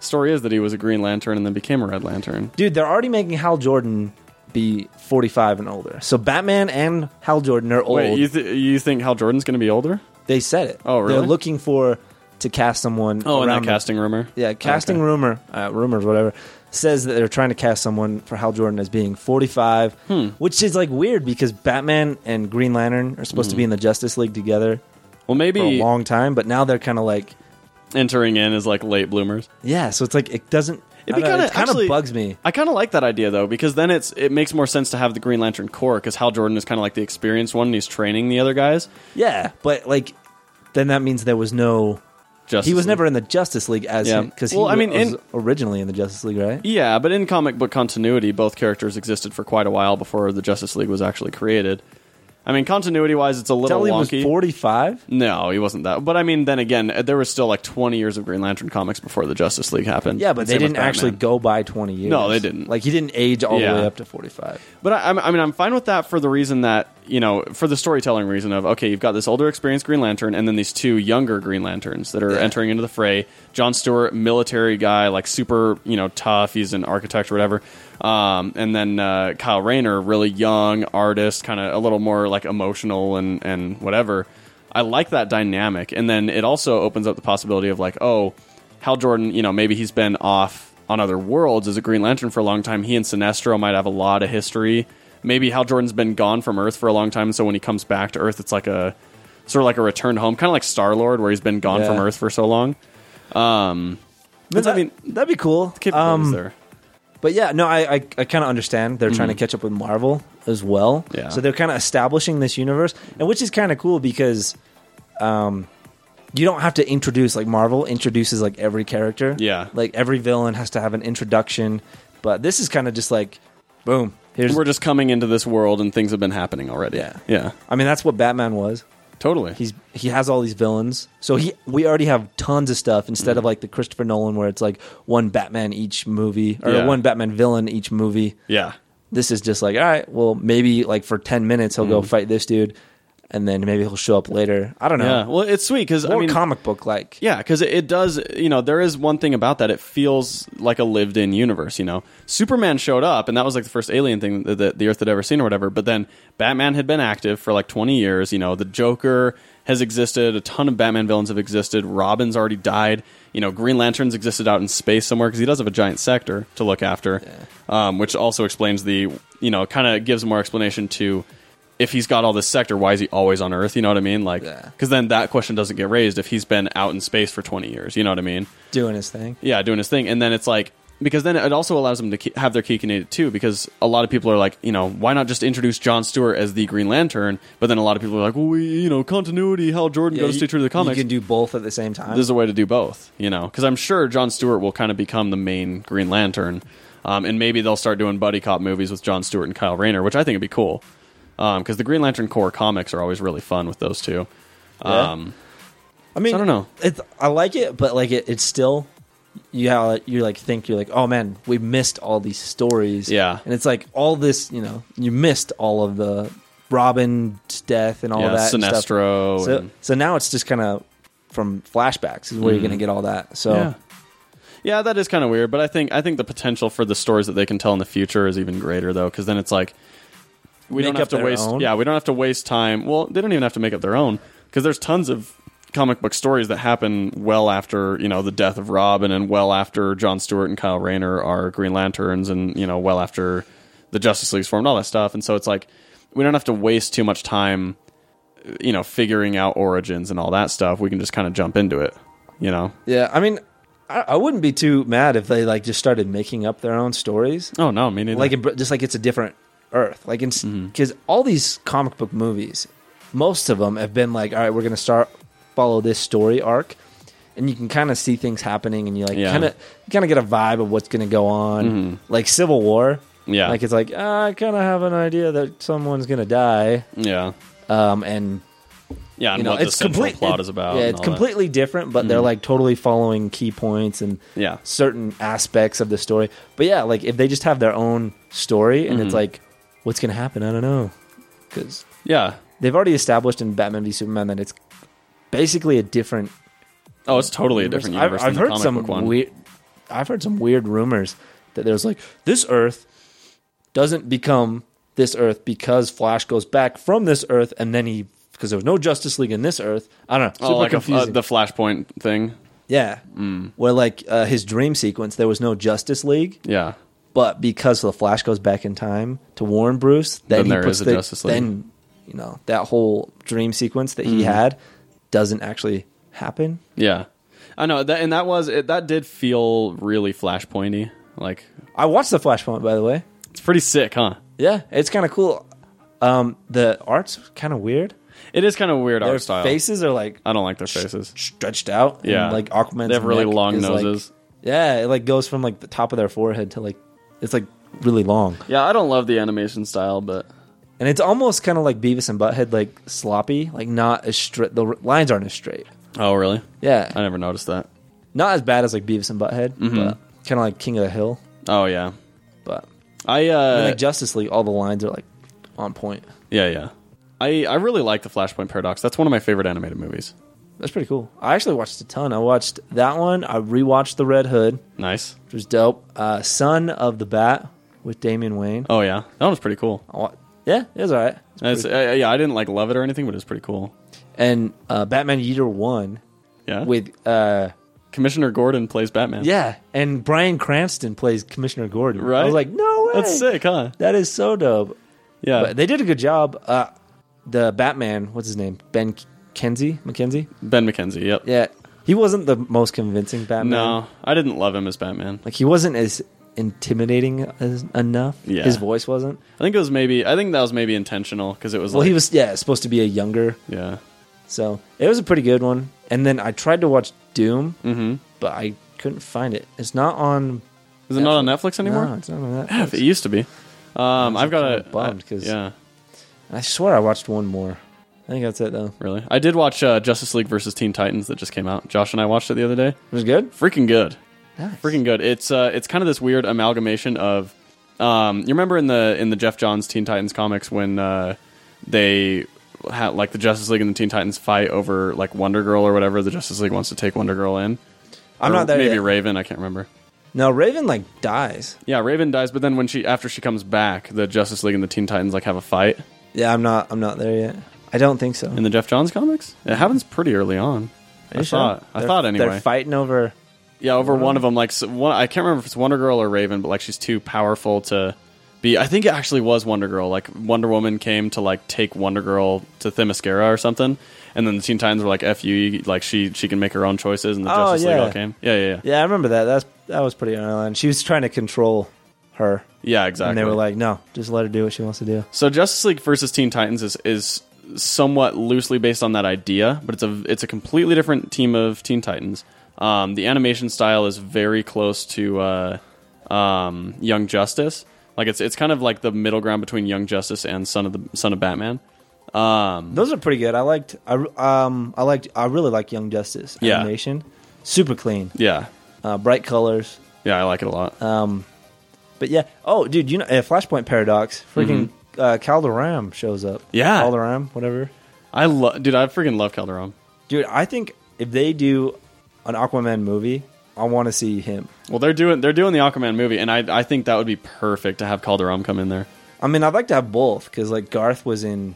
Story is that he was a Green Lantern and then became a Red Lantern.
Dude, they're already making Hal Jordan be 45 and older. So Batman and Hal Jordan are old.
Wait, you th- you think Hal Jordan's going to be older?
they said it.
Oh, really?
They're looking for to cast someone.
Oh, and
around
that
the-
casting rumor.
Yeah, casting
Okay.
rumor, uh, rumors, whatever, says that they're trying to cast someone for Hal Jordan as being 45,
Hmm.
which is like weird because Batman and Green Lantern are supposed to
Hmm.
be in the Justice League together
Well, maybe
for a long time, but now they're kind of like,
entering in as like late bloomers.
yeah, so it's like it doesn't.
It'd
I
be
don't know,
kinda-
It kind
actually-
of bugs me.
I kind of like that idea though because then it's it makes more sense to have the Green Lantern core because Hal Jordan is kind of like the experienced one and he's training the other guys.
Yeah, but like, then that means there was no.
Just
he was never in the Justice League as
Yeah.
because
Well,
he
I mean,
was
in-
originally in the Justice League, right?
Yeah, but in comic book continuity, both characters existed for quite a while before the Justice League was actually created. I mean, continuity wise, it's a little
Tell he was
wonky.
forty five.
No, he wasn't that. But I mean, then again, there was still like 20 years of Green Lantern comics before the Justice League happened.
Yeah, but
And
they
same with
didn't actually
Batman.
go by twenty years.
No, they didn't.
Like he didn't age all
Yeah.
the way up to forty five.
But I, I'm- I mean, I'm fine with that for the reason that you know, for the storytelling reason of okay, you've got this older, experienced Green Lantern, and then these two younger Green Lanterns that are entering into the fray. John Stewart, military guy, like super, you know, tough. He's an architect or whatever. Um, and then uh, Kyle Rayner, really young artist, kind of a little more like emotional and and whatever. I like that dynamic, and then it also opens up the possibility of like, oh, Hal Jordan, you know, maybe he's been off on other worlds as a Green Lantern for a long time. He and Sinestro might have a lot of history. Maybe Hal Jordan's been gone from Earth for a long time, so when he comes back to Earth, it's like a sort of like a return home, kind of like Star Lord, where he's been gone
Yeah.
from Earth for so long. Um, but I mean,
that'd be cool. Um,
capabilities there.
But yeah, no, I I, I kind of understand they're trying to catch up with Marvel as well.
Mm. Yeah.
So they're kind of establishing this universe, and which is kind of cool because, um, you don't have to introduce like Marvel introduces like every character.
Yeah.
Like every villain has to have an introduction, but this is kind of just like, boom. Here's
We're just coming into this world, and things have been happening already.
Yeah.
yeah,
I mean that's what Batman was.
totally.
He's he has all these villains, so he we already have tons of stuff instead
Mm-hmm.
of like the Christopher Nolan where it's like one Batman each movie or
Yeah.
one Batman villain each movie.
yeah,
this is just like, all right, well, maybe like for 10 minutes he'll
Mm-hmm.
go fight this dude and then maybe he'll show up later. I don't know.
yeah. Well, it's sweet because I
More
mean,
comic book like.
Yeah, because it, it does. You know, there is one thing about that. It feels like a lived-in universe. You know, Superman showed up, and that was like the first alien thing that, that the Earth had ever seen, or whatever. But then Batman had been active for like twenty years. You know, the Joker has existed. A ton of Batman villains have existed. Robin's already died. You know, Green Lantern's existed out in space somewhere because he does have a giant sector to look after, um, which also explains the. You know, kind of gives more explanation to. If he's got all this sector, why is he always on Earth? You know what I mean? Like,
Yeah.
because then that question doesn't get raised if he's been out in space for 20 years you know what i mean
Doing his thing.
yeah doing his thing and then it's like because then it also allows them to ke- have their geek in it too because a lot of people are like you know why not just introduce john stewart as the green lantern but then a lot of people are like well we you know continuity hal jordan goes to true to the comics
You can do both at the same time.
there's a way to do both, you know, because I'm sure John Stewart will kind of become the main Green Lantern, um, and maybe they'll start doing buddy cop movies with John Stewart and Kyle Rayner, which I think would be cool, because the Green Lantern core comics are always really fun with those two.
Yeah.
Um,
I mean,
I don't know.
It's, I like it, but like it, it's still you have you like think you're like, oh man, we missed all these stories.
Yeah.
and it's like all this, you know, you missed all of the Robin's death and all
Yeah,
that and stuff.
Sinestro
So,
and-
so now it's just kind of from flashbacks is where you're going to get all that. So
Mm-hmm. Yeah. Yeah, that is kind of weird, but I think I think the potential for the stories that they can tell in the future is even greater though, because then it's like we
Make
don't have
up
to
their
waste.
own?
Yeah, we don't have to waste time. Well, they don't even have to make up their own because there's tons of comic book stories that happen well after you know the death of Robin and well after John Stewart and Kyle Rayner are Green Lanterns and you know well after the Justice League's formed all that stuff, and so it's like we don't have to waste too much time, you know, figuring out origins and all that stuff. We can just kind of jump into it, you know.
Yeah, I mean, I, I wouldn't be too mad if they like just started making up their own stories,
Oh no, me neither.
like it, just like it's a different Earth, like because
Mm-hmm.
all these comic book movies, most of them have been like, all right, we're gonna start follow this story arc, and you can kind of see things happening, and you like
Yeah. Mm-hmm.
kind of kind of get a vibe of what's gonna go on, like Civil War.
Yeah.
like it's like ah, I kind of have an idea that someone's gonna die,
yeah.
um, and
Yeah, and
you know,
what
it's
the central
complete-
plot is about.
Yeah,
and
it's
all that. Mm-hmm.
completely different, but they're like totally following key points and
Yeah.
certain aspects of the story. But yeah, like if they just have their own story and
Mm-hmm.
it's like, what's gonna happen? I don't know, because
Yeah.
they've already established in Batman v Superman that it's basically a different.
Oh, it's totally a different
I've,
universe than
I've
the
heard
comic
some
book one.
weird. I've heard some weird rumors that there's like this Earth doesn't become this Earth because Flash goes back from this Earth and then he because there was no Justice League in this Earth. I don't know.
oh,
super
like a, uh,
confusing.
the Mm. Flashpoint thing.
Yeah. Where like uh, his dream sequence, there was no Justice League,
Yeah.
but because the Flash goes back in time to warn Bruce, then,
Then
he
there
puts
is a
the,
Justice League. Mm-hmm.
Then you know that whole dream sequence that he had doesn't actually happen.
Yeah. I know that, and that was it, that did feel really Flashpointy. Like
I watched the Flashpoint, by the way.
it's pretty sick, huh?
Yeah, it's kind of cool. Um, the art's kind of weird.
It is kind of weird
Their
art style.
faces are like
I don't like their faces.
stretched out. and,
Yeah.
like Aquaman's.
They have really
neck
long
is, like-
noses.
yeah, it like goes from like the top of their forehead to like it's like really long.
Yeah, I don't love the animation style, but
And it's almost kind of like Beavis and Butthead, like sloppy, like not as straight. The r- lines aren't as straight.
oh really? I
Yeah,
never noticed that.
not as bad as like Beavis and Butthead,
Mm-hmm.
but kind of like King of the Hill.
Oh yeah.
But
I uh
and like Justice League, all the lines are like on point.
yeah yeah. I I really like the Flashpoint Paradox. That's one of my favorite animated movies.
That's pretty cool. I actually watched a ton. I watched that one. I rewatched The Red Hood,
Nice.
which was dope. Uh, Son of the Bat with Damian Wayne.
Oh yeah, that one's pretty cool.
I wa- yeah, it was all right. It's
It's,
pretty-
uh, yeah, I didn't like love it or anything, but it's pretty cool.
and uh, Batman Year One
Yeah.
with uh,
Commissioner Gordon plays Batman.
yeah, and Brian Cranston plays Commissioner Gordon. I
Right?
was like, no way.
That's sick, huh?
That is so dope.
Yeah.
But they did a good job. Uh, the Batman, what's his name? Ben Kenzie? McKenzie?
ben McKenzie, yep.
Yeah. He wasn't the most convincing Batman.
No, I didn't love him as Batman.
Like, he wasn't as intimidating as, enough.
Yeah.
His voice wasn't.
I think it was maybe I think that was maybe intentional because it was
Well,
like
he was, yeah, supposed to be a younger.
yeah.
So it was a pretty good one. And then I tried to watch Doom,
Mm-hmm.
but I couldn't find it. It's not on.
Is it not on Netflix anymore?
No, it's not on that.
It used to be. Um, I've got a
kinda bummed 'cause-
yeah,
I swear I watched one more. I think that's it, though.
really. I did watch uh, Justice League versus Teen Titans that just came out. Josh and I watched it the other day.
It was good?
Freaking good.
Nice.
Freaking good. It's uh, it's kind of this weird amalgamation of um, you remember in the in the Jeff Johns Teen Titans comics when uh, they had like the Justice League and the Teen Titans fight over like Wonder Girl or whatever. The Justice League wants to take Wonder Girl in.
I'm
Or
not there
Maybe
yet.
Raven. I can't remember.
no, Raven, like, dies.
Yeah, Raven dies, but then when she after she comes back, the Justice League and the Teen Titans like have a fight
Yeah, I'm not. I'm not there yet. I don't think so.
in the Jeff Johns comics. It happens pretty early on. I thought. I thought
They're
anyway.
fighting over.
yeah, over one of them, like so one, I can't remember if it's Wonder Girl or Raven, but like she's too powerful to be. I think it actually was Wonder Girl. Like Wonder Woman came to like take Wonder Girl to Themyscira or something, and then the Teen Titans were like, "F you!" you- Like she she can make her own choices, and the
Oh,
Justice League
yeah.
all came. Yeah, yeah, yeah, yeah,
Yeah, I remember that. That's that was pretty early on. She was trying to control her,
exactly.
and they were like, "No, just let her do what she wants to do."
So Justice League versus Teen Titans is is somewhat loosely based on that idea, but it's a it's a completely different team of Teen Titans. Um, the animation style is very close to uh, um, Young Justice. Like it's it's kind of like the middle ground between Young Justice and Son of the Son of Batman. Um,
Those are pretty good. I liked. I re- um. I liked. I really like Young Justice
Yeah.
animation. Super clean,
yeah,
uh, bright colors.
yeah, I like it a lot.
But yeah. Oh, dude, you know, uh, Flashpoint Paradox. Freaking uh, Calderam shows up.
Mm-hmm. Yeah.
Calderam, whatever.
I love, dude, I freaking love Calderon.
Dude, I think if they do an Aquaman movie, I want to see him.
Well, they're doing they're doing the Aquaman movie, and I I think that would be perfect to have Calderon come in there.
I mean, I'd like to have both because like Garth was in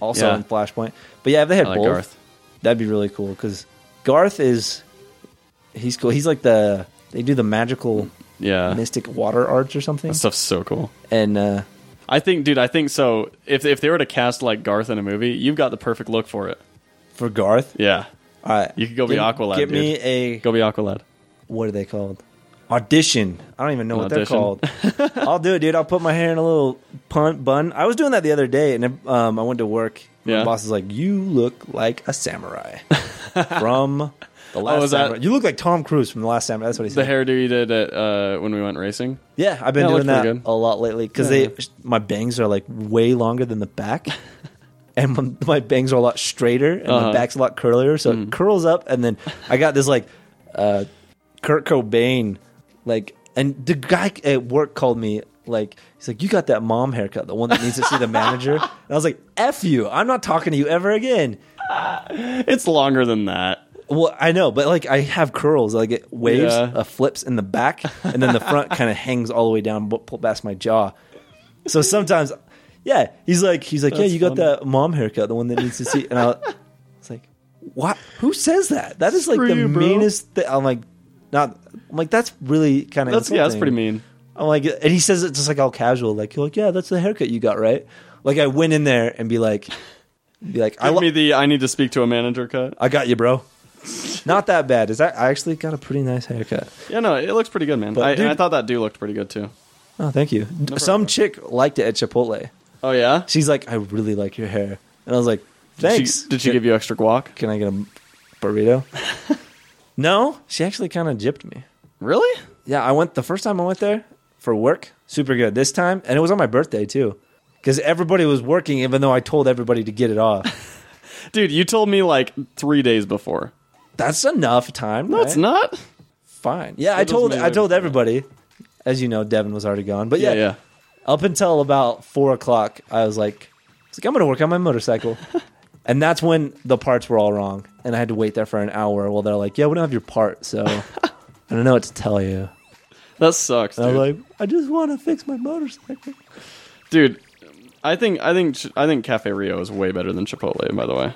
also
Yeah.
in Flashpoint. But yeah, if they had
I like
both,
Garth.
that'd be really cool because Garth is he's cool. He's like the they do the magical
Yeah,
mystic water arts or something,
that stuff's so cool.
and uh,
I think, dude, I think so. If if they were to cast like Garth in a movie, you've got the perfect look for it.
for Garth,
Yeah,
all right,
You could go be Aqualad,
Get me
dude.
a
go be Aqualad.
what are they called? Audition. I don't even know what
Audition.
they're called. I'll do it, dude. I'll put my hair in a little punt bun. I was doing that the other day, and um, I went to work. My
Yeah.
boss is like, "You look like a samurai from the last
is Oh, that-
samurai. You look like Tom Cruise from the last samurai." That's what he
The
said.
hairdo you did at, uh, when we went racing.
yeah, I've been
Yeah, it
doing
looks
that
pretty good.
a lot lately because
Yeah.
they my bangs are like way longer than the back. and when my bangs are a lot straighter and
Uh-huh. Mm.
my back's a lot curlier, so it curls up, and then I got this like uh, Kurt Cobain, like, and the guy at work called me like he's like, "You got that mom haircut, the one that needs to see the manager." And I was like, "F you! I'm not talking to you ever again."
It's longer than that.
Well, I know, but like I have curls, like it waves,
Yeah.
uh, flips in the back, and then the front kind of hangs all the way down bu- pull past my jaw. So sometimes, yeah, he's like, he's like, yeah,
That's
you got
funny.
that mom haircut, the one that needs to see. And I was like, what? Who says that? That is like
Screw
the
you, bro.
meanest thing. I'm like, not. I'm like, that's really kind of.
That's yeah, that's pretty mean.
I'm like, and he says it just like all casual, like you're like, yeah, that's the haircut you got, right? Like I went in there and be like, be like, I
Give
lo-
me the I need to speak to a manager cut.
I got you, bro. Not that bad. Is that I actually got a pretty nice haircut.
Yeah, no, it looks pretty good, man. I,
dude-
and I thought that do looked pretty good too.
Oh, thank you. Some chick liked it at Chipotle.
Oh yeah.
She's like, I really like your hair, and I was like,
Did
thanks.
she, did she give you extra guac?
Can I get a burrito? no, she actually kind of gypped me.
Really?
Yeah, I went the first time I went there for work. Super good this time, and it was on my birthday too, because everybody was working, even though I told everybody to get it off.
Dude, you told me like three days before.
That's enough time.
No, it's
right?
not.
fine. Yeah, I
That doesn't
told
mean
I told
anything.
everybody. As you know, Devin was already gone, but
Yeah,
yeah.
yeah.
up until about four o'clock, I was like, I was like, I'm gonna work on my motorcycle. and that's when the parts were all wrong. And I had to wait there for an hour while they're like, Yeah, we don't have your part, so I don't know what to tell you.
That sucks, dude.
And I was like, I just wanna fix my motorcycle.
dude, I think I think I think Cafe Rio is way better than Chipotle. By the way,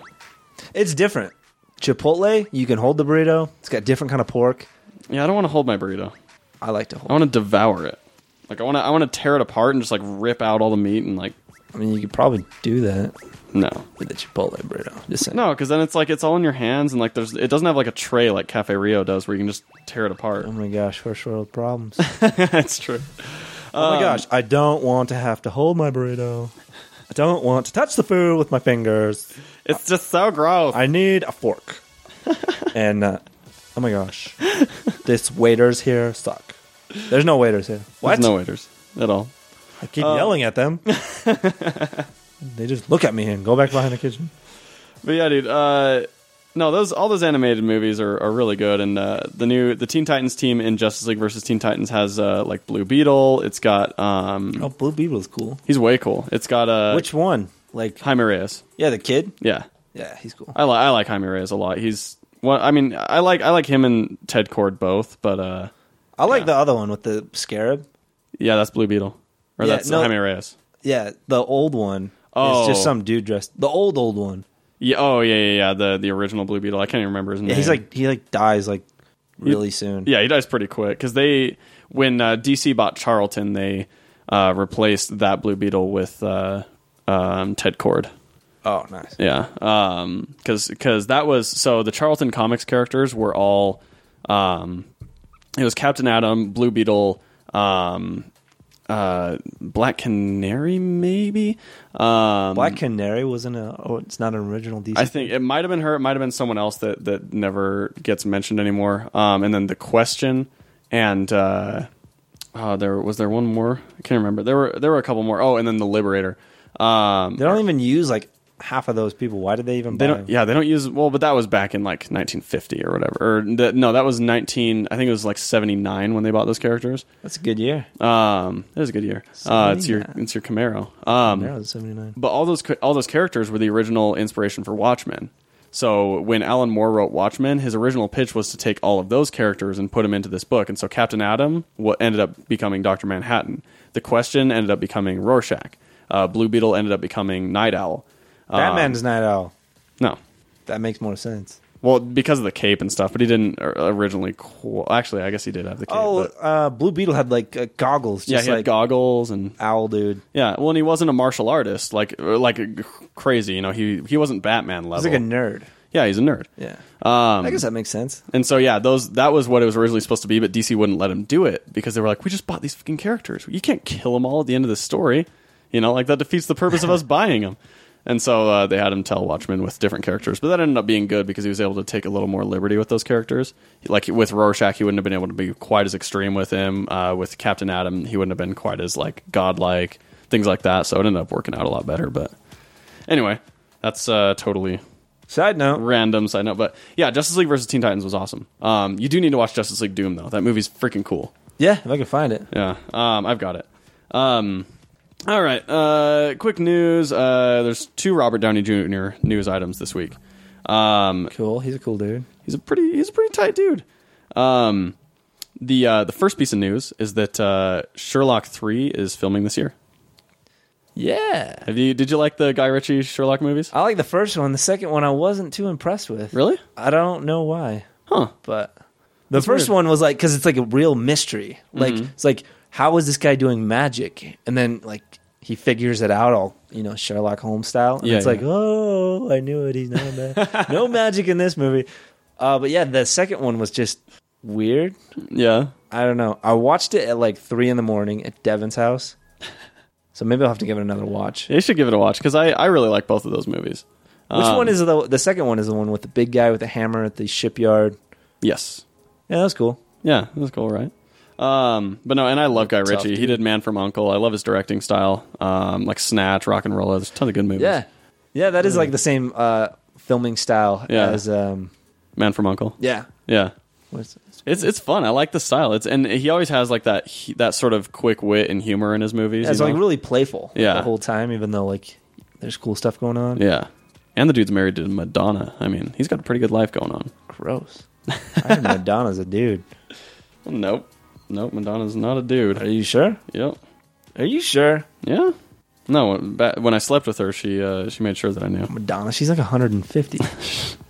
It's different. Chipotle, you can hold the burrito, it's got different kind of pork.
yeah, I don't want to hold my burrito.
I like to
I
hold
want to devour it. Like I want to I want to tear it apart and just like rip out all the meat and like
I mean you could probably do that
no.
with the Chipotle burrito. Just saying.
No, because then it's like it's all in your hands, and like there's it doesn't have like a tray like Cafe Rio does where you can just tear it apart.
Oh my gosh, first world problems.
That's true.
Oh
Um,
my gosh, I don't want to have to hold my burrito. I don't want to touch the food with my fingers.
It's just so gross.
I need a fork. and uh, oh my gosh, this waiters here suck. There's no waiters here. What?
There's no Um, waiters at all.
I keep yelling at them. they just look at me and go back behind the kitchen.
But yeah, dude. Uh, no, those all those animated movies are, are really good, and uh, the new the Teen Titans team in Justice League versus Teen Titans has uh, like Blue Beetle. It's got um,
Oh, Blue Beetle's cool.
he's way cool. It's got uh,
Which one? Like,
Jaime Reyes.
yeah, the kid.
Yeah,
Yeah, he's cool.
I like I like Jaime Reyes a lot. He's well, I mean, I like I like him and Ted Cord both, but uh,
I like
Yeah.
the other one with the scarab.
yeah, that's Blue Beetle, or
Yeah,
that's
no-
Jaime Reyes.
Yeah, the old one.
Oh.
It's just some dude dressed. The old old one.
Yeah, oh yeah, yeah, yeah. The the original Blue Beetle. I can't even remember his name.
Yeah, he's like he like dies like really soon.
Yeah, he dies pretty quick because they when uh, DC bought Charlton, they uh, replaced that Blue Beetle with uh, um, Ted Cord.
Oh, nice.
Yeah, because because that was so the Charlton comics characters were all um, it was Captain Atom, Blue Beetle, um, uh, Black Canary, maybe. Um,
Black Canary wasn't a. Oh, it's not an original DC.
I think it might have been her. It might have been someone else that that never gets mentioned anymore. Um, and then the question, and uh, uh, there was there one more. I can't remember. There were there were a couple more. Oh, and then the Liberator. Um,
They don't even use like half of those people. Why did they even?
they
buy
don't.
them?
Yeah, they don't use. Well, but that was back in like 1950 or whatever. Or the, no, that was 19. I think it was like 79 when they bought those characters.
that's a good year.
Um, it was a good year. Uh, it's your
79.
it's your Camaro. Um,
That was seventy nine.
but all those all those characters were the original inspiration for Watchmen. So when Alan Moore wrote Watchmen, his original pitch was to take all of those characters and put them into this book. And so Captain Atom what ended up becoming Doctor Manhattan. The Question ended up becoming Rorschach. Uh, Blue Beetle ended up becoming Night Owl. Um,
Batman's Night Owl.
no,
That makes more sense.
well because of the cape and stuff, but he didn't or- originally. qu actually, I guess he did have the cape.
Oh,
but-
uh, Blue Beetle had like uh, goggles,
yeah,
just
he had
like
goggles and
owl dude.
yeah. Well, and he wasn't a martial artist like like crazy. You know, he he wasn't Batman level.
He's like a nerd.
yeah, he's a nerd.
Yeah,
Um,
I guess that makes sense.
And so yeah, those that was what it was originally supposed to be, but DC wouldn't let him do it because they were like, "We just bought these fucking characters. You can't kill them all at the end of the story." You know, like that defeats the purpose of us buying them. And so uh, they had him tell Watchmen with different characters, but that ended up being good because he was able to take a little more liberty with those characters. Like with Rorschach, he wouldn't have been able to be quite as extreme with him. Uh, with Captain Adam, he wouldn't have been quite as like godlike things like that. So it ended up working out a lot better. But anyway, That's uh, totally
Side note.
random side note, but yeah, Justice League versus Teen Titans was awesome. Um, you do need to watch Justice League Doom though. That movie's freaking cool.
Yeah, if I can find it.
Yeah, um, I've got it. Um, all right. Uh, quick news. Uh, there's two Robert Downey Jr. news items this week. Um,
Cool. He's a cool dude.
he's a pretty he's a pretty tight dude. Um, the uh, the first piece of news is that uh, Sherlock Three is filming this year.
Yeah.
Have you did you like the Guy Ritchie Sherlock movies?
I like the first one. The second one, I wasn't too impressed with.
Really?
I don't know why,
Huh.
but the first one was like because it's like a real mystery. Like
Mm-hmm.
it's like how is this guy doing magic? And then like he figures it out all you know Sherlock Holmes style. And
Yeah,
it's like
yeah.
oh, I knew it. He's not mad. no magic in this movie. Uh, but yeah, the second one was just weird.
Yeah.
I don't know. I watched it at like three in the morning at Devin's house, so maybe I'll have to give it another watch.
You should give it a watch because I, I really like both of those movies.
Which
Um,
one is the the second one? Is the one with the big guy with the hammer at the shipyard?
Yes.
Yeah, that's cool.
Yeah, that's cool, right? Um, but no, and I love Guy Ritchie. He
dude.
did Man from Uncle. I love his directing style, um, like Snatch, Rock and Roller. There's tons of good movies.
Yeah, Hmm. yeah, that is like the same uh, filming style
Yeah.
as um,
Man from Uncle.
yeah.
Yeah,
What's, it's-
it's it's fun. I like the style. It's and he always has like that he, that sort of quick wit and humor in his movies.
yeah, it's
you
like
know?
really playful
Yeah.
the whole time, even though like there's cool stuff going on.
yeah. And the dude's married to Madonna. I mean, he's got a pretty good life going on.
Gross. I heard Madonna's a dude.
Nope, nope. Madonna's not a
Are
dude.
you sure?
Yep.
Are you sure?
Yeah. No. ba- When I slept with her, she uh, she made sure that I knew.
Madonna, she's like 150.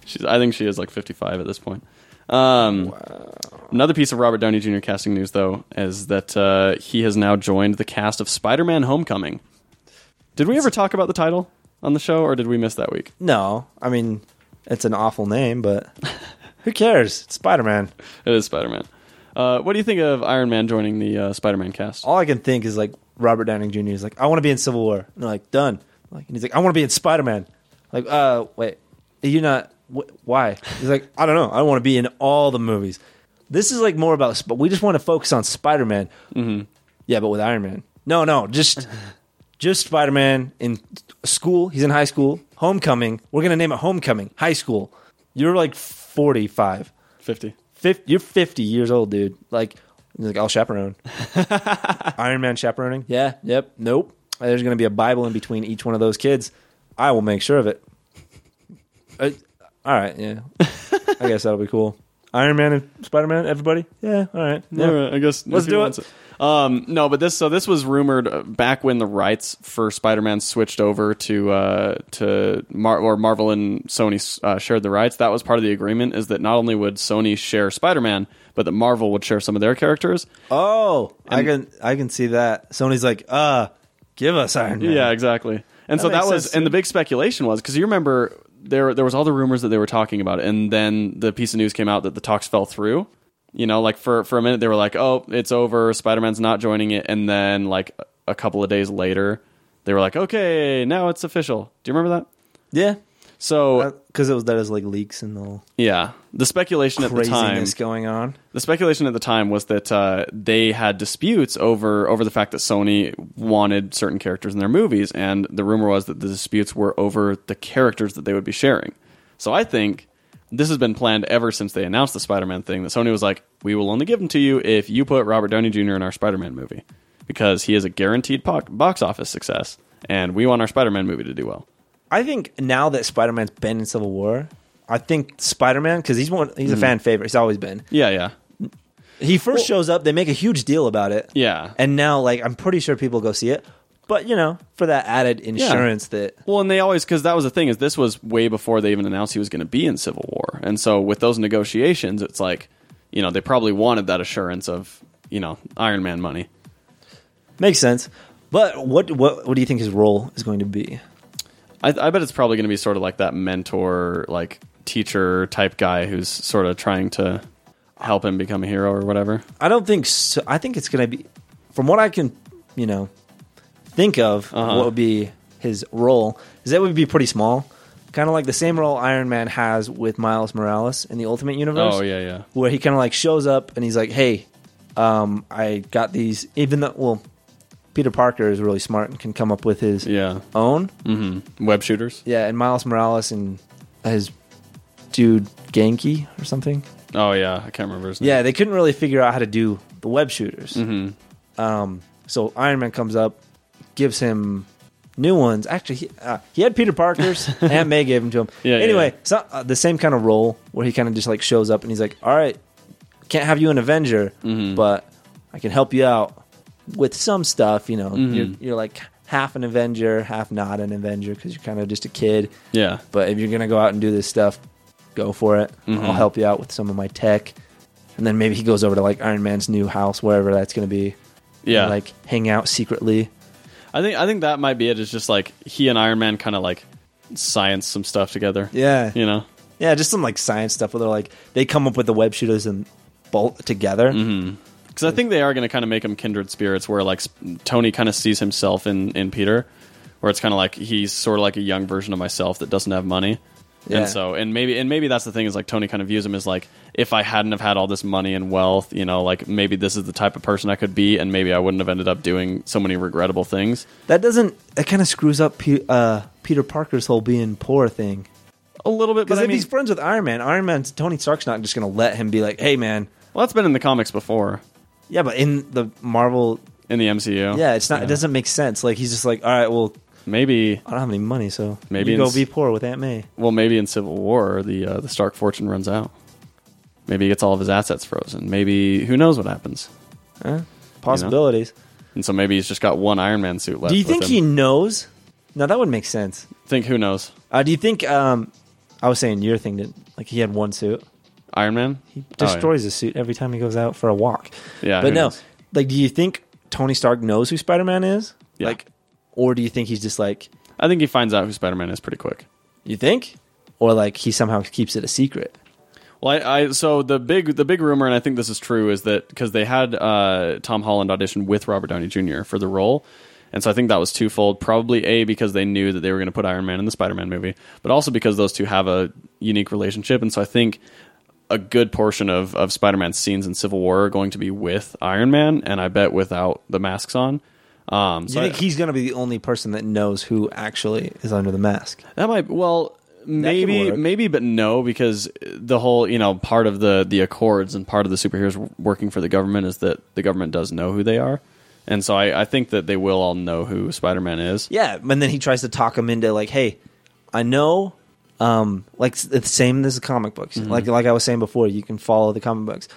She's, I think she is like 55 at this point. Um, Another piece of Robert Downey Jr. casting news, though, is that uh, he has now joined the cast of Spider Man Homecoming. Did we ever talk about the title on the show, or did we miss that week?
no, I mean it's an awful name, but who cares? It's Spider Man.
It is Spider Man. Uh, what do you think of Iron Man joining the uh, Spider Man cast?
all I can think is like Robert Downey Jr. is like, I want to be in Civil War. And they're like, done. Like, and he's like, I want to be in Spider Man. Like, uh, wait, you're not. Wh- why? He's like, I don't know. I want to be in all the movies. This is like more about, sp- we just want to focus on Spider Man. Mm-hmm. Yeah, but with Iron Man, no, no, just just Spider Man in school. He's in high school. Homecoming. We're gonna name it Homecoming. High school. You're like 45.
50.
50, you're 50 years old, dude. Like, he's like, I'll chaperone. Iron Man chaperoning? Yeah. Yep. Nope. There's going to be a Bible in between each one of those kids. I will make sure of it. Uh, all right. Yeah. I guess that'll be cool. Iron Man and Spider Man, everybody? Yeah. All right. Yeah.
All right, I guess
Let's
if he
do it.
wants Um, no, but this so this was rumored uh, back when the rights for Spider-Man switched over to uh, to Mar- or Marvel and Sony uh, shared the rights. That was part of the agreement is that not only would Sony share Spider-Man, but that Marvel would share some of their characters.
Oh, I can I can see that. Sony's like, uh, give us Iron Man.
Yeah, exactly. And
That
so that
makes
was,
sense,
and the big speculation was because you remember there there was all the rumors that they were talking about, it, and then the piece of news came out that the talks fell through. You know, like for for a minute they were like, "Oh, it's over. Spider Man's not joining it," and then like a couple of days later, they were like, "Okay, now it's official." Do you remember that?
Yeah.
So
Because it was, there was like leaks and all
yeah, the speculation at the time
craziness going on.
the speculation at the time was that uh, they had disputes over over the fact that Sony wanted certain characters in their movies, and the rumor was that the disputes were over the characters that they would be sharing. So I think this has been planned ever since they announced the Spider-Man thing. That Sony was like, "We will only give them to you if you put Robert Downey Jr. in our Spider-Man movie, because he is a guaranteed po- box office success, and we want our Spider-Man movie to do well."
I think now that Spider Man's been in Civil War, I think Spider Man because he's one he's a fan favorite. He's always been.
Yeah, yeah,
Mm-hmm. He first shows up, they make a huge deal about it.
yeah.
and now like I'm pretty sure people go see it, but you know for that added insurance that
Well, and they always because that was the thing is this was way before they even announced he was going to be in Civil War, and so with those negotiations, it's like you know they probably wanted that assurance of you know Iron Man money.
makes sense. But what what what do you think his role is going to be?
I, I bet it's probably going to be sort of like that mentor, like teacher type guy who's sort of trying to help him become a hero or whatever.
I don't think so. I think it's going to be from what I can you know think of
Uh-huh.
what would be his role is that would be pretty small, kind of like the same role Iron Man has with Miles Morales in the Ultimate Universe.
Oh yeah, yeah,
where he kind of like shows up and he's like, "Hey, um, I got these." Even though, well, Peter Parker is really smart and can come up with his
Yeah.
own.
Mm-hmm. Web shooters.
Yeah, and Miles Morales and his dude Genki or something.
Oh yeah, I can't remember his name.
Yeah, they couldn't really figure out how to do the web shooters.
Mm-hmm.
Um, so Iron Man comes up, gives him new ones. Actually, he, uh, he had Peter Parker's. Aunt May gave them to him.
Yeah, yeah,
anyway,
yeah.
it's not uh, the same kind of role where he kind of just like shows up and he's like, "All right, can't have you an Avenger,
Mm-hmm.
but I can help you out with some stuff." You know,
Mm-hmm.
you're, you're like half an Avenger, half not an Avenger because you're kind of just a kid.
Yeah.
But if you're gonna go out and do this stuff, go for it.
Mm-hmm.
I'll help you out with some of my tech, and then maybe he goes over to like Iron Man's new house, wherever that's gonna be. and,
Yeah.
like hang out secretly.
I think I think that might be it. It's just like he and Iron Man kind of like science some stuff together.
Yeah,
You know.
yeah, just some like science stuff where they're like they come up with the web shooters and bolt together.
Mm-hmm. Because I think they are going to kind of make him kindred spirits, where like sp- Tony kind of sees himself in in Peter, where it's kind of like he's sort of like a young version of myself that doesn't have money.
Yeah.
And so, and maybe, and maybe that's the thing is like Tony kind of views him as like, if I hadn't have had all this money and wealth, you know, like maybe this is the type of person I could be, and maybe I wouldn't have ended up doing so many regrettable things.
That doesn't that kind of screws up Pe- uh, Peter Parker's whole being poor thing.
A little bit,
Because
but I
if
mean,
he's friends with Iron Man, Iron Man Tony Stark's not just gonna let him be like, "Hey, man."
well, that's been in the comics before
Yeah, but in the Marvel,
in the MCU.
yeah, it's not. It doesn't make sense. Like he's just like, all right, well,
Maybe,
I don't have any money, so
Maybe
maybe you
in
go
s-
be poor with Aunt May.
well, maybe in Civil War the uh, the Stark fortune runs out. Maybe he gets all of his assets frozen. Maybe who knows what happens.
Possibilities.
And so maybe he's just got one Iron Man suit left.
Do you think
with
he
him.
knows? No, that would make sense.
Think who knows?
Uh, do you think? Um, I was saying your thing didn't like he had one suit.
Iron Man.
He
Oh, yeah.
destroys his suit every time he goes out for a walk.
Yeah,
but
who
no,
knows?
like, do you think Tony Stark knows who Spider Man is?
Yeah.
Like, or do you think he's just like
Oh, I think he finds out who Spider Man is pretty quick.
you think, or like he somehow keeps it a secret?
Well, I, I so the big the big rumor, and I think this is true, is that because they had uh, Tom Holland audition with Robert Downey Jr. for the role, and so I think that was twofold. Probably a because they knew that they were going to put Iron Man in the Spider Man movie, but also because those two have a unique relationship, and so I think a good portion of of Spider Man's scenes in Civil War are going to be with Iron Man, and I bet without the masks on. Um,
Do
so
you
I-
think he's gonna be the only person that knows who actually is under the mask?
That might well maybe
work.
maybe but no because the whole you know part of the the accords and part of the superheroes working for the government is that the government does know who they are and so I, I think that they will all know who spider-man is
Yeah, and then he tries to talk him into like, hey, I know, um, like s- the same as the comic books. Like like I was saying before, you can follow the comic books,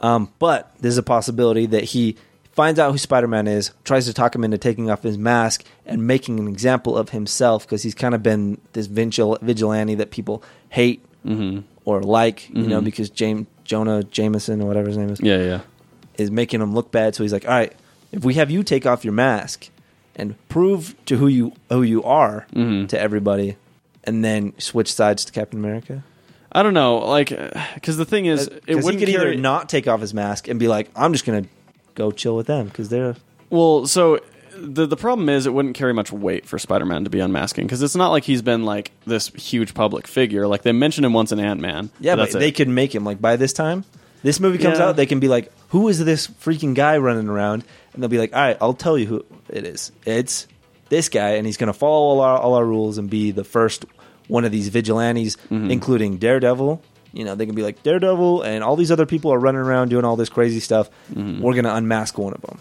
um, but there's a possibility that he finds out who Spider Man is, tries to talk him into taking off his mask and making an example of himself because he's kind of been this vigil- vigilante that people hate or like, you know, because James Jonah Jameson or whatever his name is
yeah yeah
is making him look bad. So he's like, "All right, if we have you take off your mask and prove to who you who you are
Mm-hmm.
to everybody, and then switch sides to Captain America,
i don't know like because the thing is it
Because Uh, he
wouldn't
could
carry-
either not take off his mask and be like, I'm just gonna go chill with them because they're
Well, so the the problem is it wouldn't carry much weight for Spider Man to be unmasking because it's not like he's been like this huge public figure. Like they mentioned him once in Ant Man.
yeah, but,
that's
they
it.
could make him like by this time." This movie comes
Yeah.
out, they can be like, "Who is this freaking guy running around?" And they'll be like, "All right, I'll tell you who it is. It's this guy, and he's going to follow all our all our rules and be the first one of these vigilantes,
Mm-hmm.
including Daredevil. You know, they can be like Daredevil, and all these other people are running around doing all this crazy stuff.
Mm-hmm.
We're going to unmask one of them.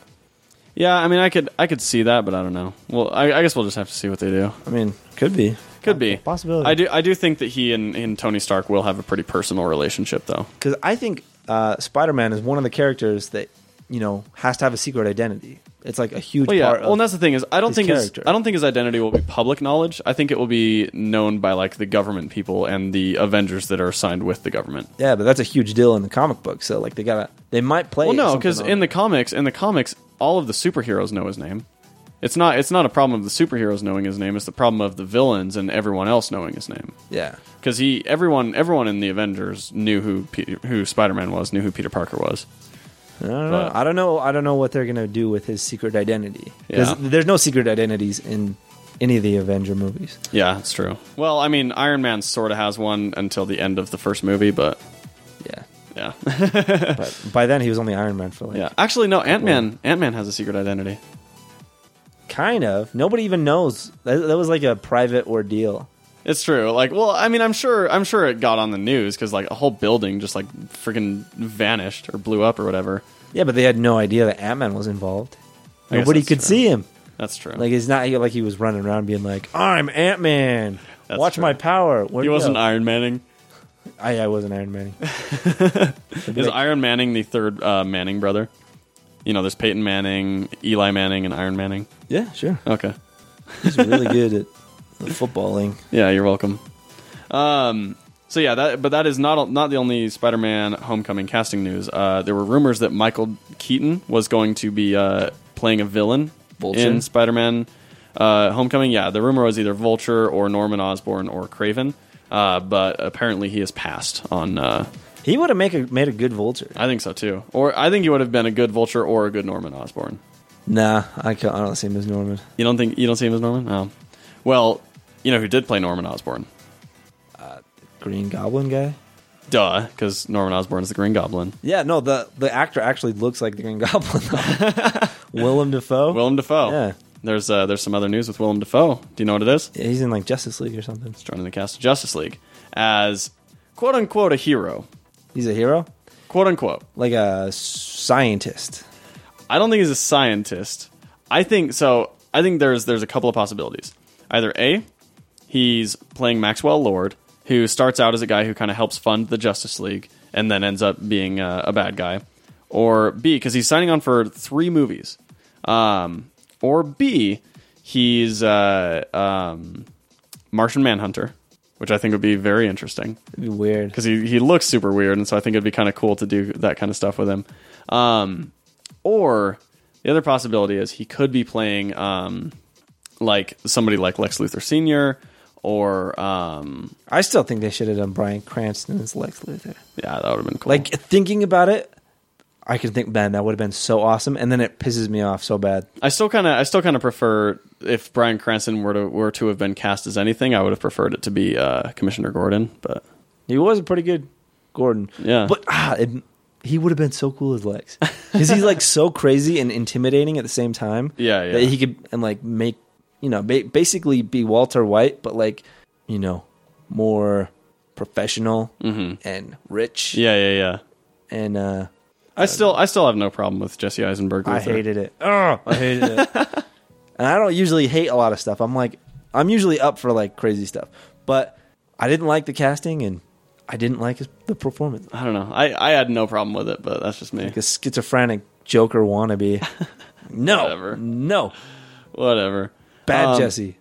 Yeah, I mean, I could I could see that, but I don't know. Well, I, I guess we'll just have to see what they do.
I mean, could be,
Could be
possibility.
I do. I do think that he and, and Tony Stark will have a pretty personal relationship, though.
because I think uh, Spider Man is one of the characters that you know has to have a secret identity. It's like a huge
Well, yeah.
part.
Well,
of
and that's the thing is, I don't
his
think his,
character.
I don't think his identity will be public knowledge. I think it will be known by like the government people and the Avengers that are signed with the government.
Yeah, but that's a huge deal in the comic book. So like they gotta, they might play.
Well, no,
something
because
on
in
it.
the comics, in the comics, all of the superheroes know his name. It's not. It's not a problem of the superheroes knowing his name. It's the problem of the villains and everyone else knowing his name.
yeah,
because he everyone everyone in the Avengers knew who Pe- who Spider Man was, knew who Peter Parker was.
I don't know.
But-
I don't know. I don't know what they're gonna do with his secret identity. 'Cause
Yeah.
there's no secret identities in any of the Avenger movies.
Yeah, it's true. Well, I mean, Iron Man sort of has one until the end of the first movie, but
Yeah,
yeah,
but by then he was only Iron Man for like.
yeah. Actually, no, Ant Man Ant Man has a secret identity.
Kind of. Nobody even knows. That, that was like a private ordeal.
It's true. Like, well, I mean, I'm sure, I'm sure it got on the news because like a whole building just like freaking vanished or blew up or whatever.
Yeah, but they had no idea that Ant Man was involved.
I guess
Nobody
that's
could
true.
see him.
That's true.
Like it's not like he was running around being like, "I'm Ant Man.
That's
Watch
true.
my power." Where'd
he wasn't
go?
Iron Manning.
I, I wasn't Iron Man.
Is Iron Manning the third uh, Manning brother? You know, there's Peyton Manning, Eli Manning, and Iron Manning.
yeah, sure.
Okay.
He's really good at the footballing.
Yeah, you're welcome. Um, so yeah, that but that is not not the only Spider-Man Homecoming casting news. Uh, there were rumors that Michael Keaton was going to be uh, playing a villain
Vulture?
in Spider-Man uh, Homecoming. Yeah, the rumor was either Vulture or Norman Osborn or Craven. Uh, but apparently he has passed on. Uh,
He would have make a, made a good vulture.
I think so too. Or I think he would have been a good Vulture or a good Norman Osborn.
Nah, I, ca- I don't see him as Norman.
You don't think you don't see him as Norman? Oh, well, you know who did play Norman Osborn?
Green Goblin guy.
Duh, because Norman Osborn is the Green Goblin.
Yeah, no, the the actor actually looks like the Green Goblin. though. Willem Dafoe.
Willem Dafoe.
Yeah.
There's uh, there's some other news with Willem Dafoe. Do you know what it is?
Yeah, he's in like Justice League or something.
Joining the cast of Justice League as quote unquote a hero.
He's a hero,
Quote unquote.
like a scientist.
I don't think he's a scientist. I think so. I think there's there's a couple of possibilities. Either A, he's playing Maxwell Lord, who starts out as a guy who kind of helps fund the Justice League and then ends up being a, a bad guy, or B, because he's signing on for three movies, um, or B, he's uh, um, Martian Manhunter, which I think would be very interesting
It'd be weird.
because he, he looks super weird, and so I think it'd be kind of cool to do that kind of stuff with him. Um, or the other possibility is he could be playing um, like somebody like Lex Luthor Senior, or um,
I still think they should have done Brian Cranston as Lex Luthor.
yeah, that would have been cool.
Like thinking about it, I can think, man, that would have been so awesome. And then it pisses me off so bad.
I still kind of I still kind of prefer if Brian Cranston were to were to have been cast as anything, I would have preferred it to be uh, Commissioner Gordon, but.
He was pretty good, Gordon.
Yeah.
but ah, it, he would have been so cool as Lex because he's like so crazy and intimidating at the same time.
Yeah, yeah.
That he could and like make you know ba- basically be Walter White, but like you know more professional and rich
Mm-hmm. Yeah, yeah, yeah.
and uh
I still, I still have no problem with Jesse Eisenberg.
I
Luther.
hated it.
Ah!
Oh, I hated it. and I don't usually hate a lot of stuff. I'm like, I'm usually up for like crazy stuff, but I didn't like the casting and I didn't like his, the performance.
I don't know. I, I had no problem with it, but that's just me.
Like a schizophrenic Joker wannabe. No,
Whatever.
no,
Whatever.
bad
Um,
Jesse.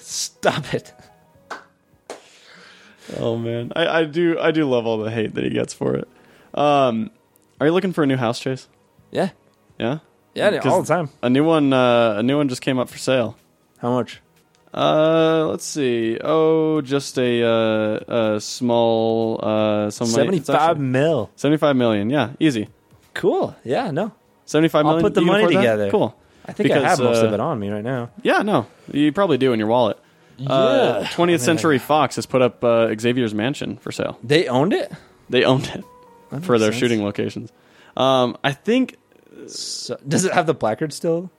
Stop it.
Oh man, I, I do I do love all the hate that he gets for it. Um, are you looking for a new house, Chase?
Yeah,
Yeah,
yeah,
'Cause
all the time.
a new one. Uh, a new one just came up for sale.
How much?
Uh, let's see. Oh, just a uh, a small uh some money- it's
Seventy-five
actually-
mil.
75 million. Yeah, easy.
Cool. Yeah, no,
Seventy five
I'll
million.
put the
you can
money
afford that?
together.
Cool.
I think I
Because,
have most
uh,
of it on me right now.
Yeah, no, you probably do in your wallet. Uh, 20th Century Fox has put up uh, Xavier's Mansion for sale.
They owned it.
They owned it for their
sense.
shooting locations. Um, I think
So, does it have the placard still?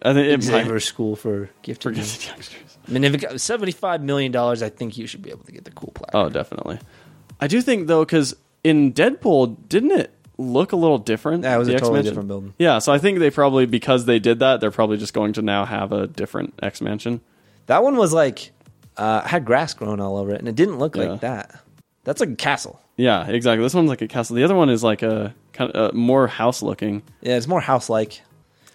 I think it might,
Xavier School for Gifted.
Forget the youngsters.
I mean, if it got seventy-five million dollars, I think you should be able to get the cool plaque.
Oh, definitely. I do think though, because in Deadpool, didn't it look a little different?
Yeah, it was
The
a totally
X-Mansion?
different building.
Yeah, so I think they probably because they did that, they're probably just going to now have a different X mansion.
That one was like uh, had grass growing all over it, and it didn't look
Yeah.
like that. That's like a castle.
Yeah, exactly. This one's like a castle. The other one is like a kind of uh, more house looking,
Yeah, it's more house-like,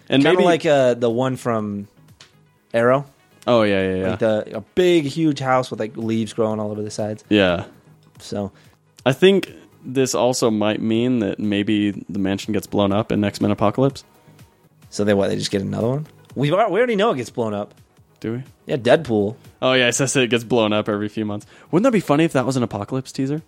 and
kind of
maybe
like uh, the one from Arrow,
oh yeah yeah yeah
like the a big, huge house with like leaves growing all over the sides.
yeah.
So
I think this also might mean that maybe the mansion gets blown up in X Men Apocalypse.
So they what? They just get another one? We are, we already know it gets blown up.
Do we?
Yeah, Deadpool.
Oh yeah, it says it gets blown up every few months. Wouldn't that be funny if that was an apocalypse teaser?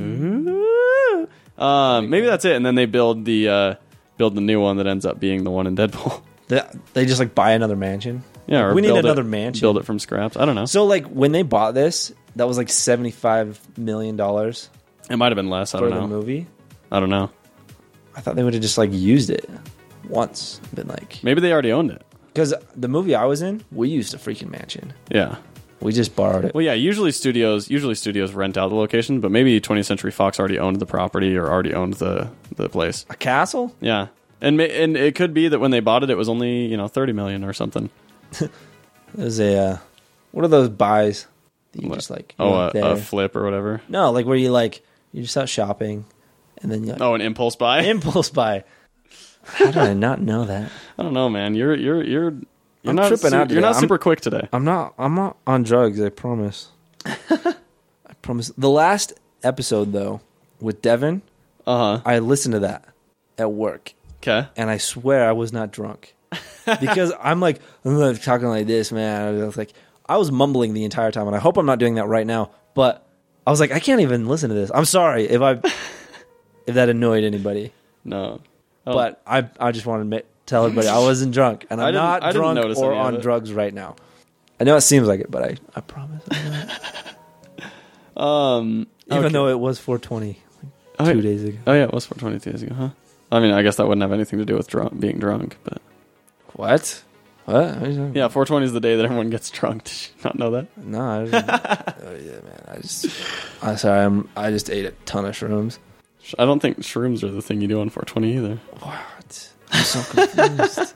Ooh. Um, maybe that's it, and then they build the uh, build the new one that ends up being the one in Deadpool.
They, they just like buy another mansion.
yeah, or
we need
build it-
another mansion.
Build it from scraps. I don't know.
So like when they bought this, that was like seventy five million dollars
it might have been less. I
for
don't
the
know.
movie.
I don't know.
I thought they would have just like used it once, been like,
Maybe they already owned it.
Because the movie I was in, we used a freaking mansion.
Yeah.
We just borrowed it.
Well, yeah. Usually studios usually studios rent out the location, but maybe 20th Century Fox already owned the property or already owned the the place.
A castle?
Yeah, and ma- and it could be that when they bought it, it was only you know 30 million or something.
It was a. Uh, what are those buys? That you
What?
just like.
Oh,
you're
a,
up
a
there?
flip or whatever.
no, like where you like you're just out shopping, and then you like
Oh, an impulse buy.
impulse buy. How did I not know that?
I don't know, man. You're you're you're. You're
I'm
not,
tripping out
you're
today.
not
I'm-
super quick today.
I'm not. I'm not on drugs. I promise. I promise. The last episode though with Devin,
Uh huh.
I listened to that at work,
Okay.
and I swear I was not drunk because I'm like I'm like talking like this, man. I was like I was mumbling the entire time, and I hope I'm not doing that right now. But I was like, I can't even listen to this. I'm sorry if I if that annoyed anybody,
No. Oh, I don't-
but I I just wanted to admit- tell everybody I wasn't drunk, and
I
I'm
didn't-
not
I didn't
drunk
notice
or
any of
on
it.
drugs right now. I know it seems like it, but I I promise. I'm not.
um,
Even
okay.
though it was 420
oh,
two
yeah.
days ago.
Oh yeah, it was 422 days ago, huh? I mean, I guess that wouldn't have anything to do with drunk, being drunk, but
What? What? Yeah.
yeah, 420 is the day that everyone gets drunk. Did you not know that?
No. I didn't- oh yeah, man. I just. I'm sorry. I'm. I just ate a ton of shrooms.
Sh- I don't think shrooms are the thing you do on 420 either.
What? I'm so confused.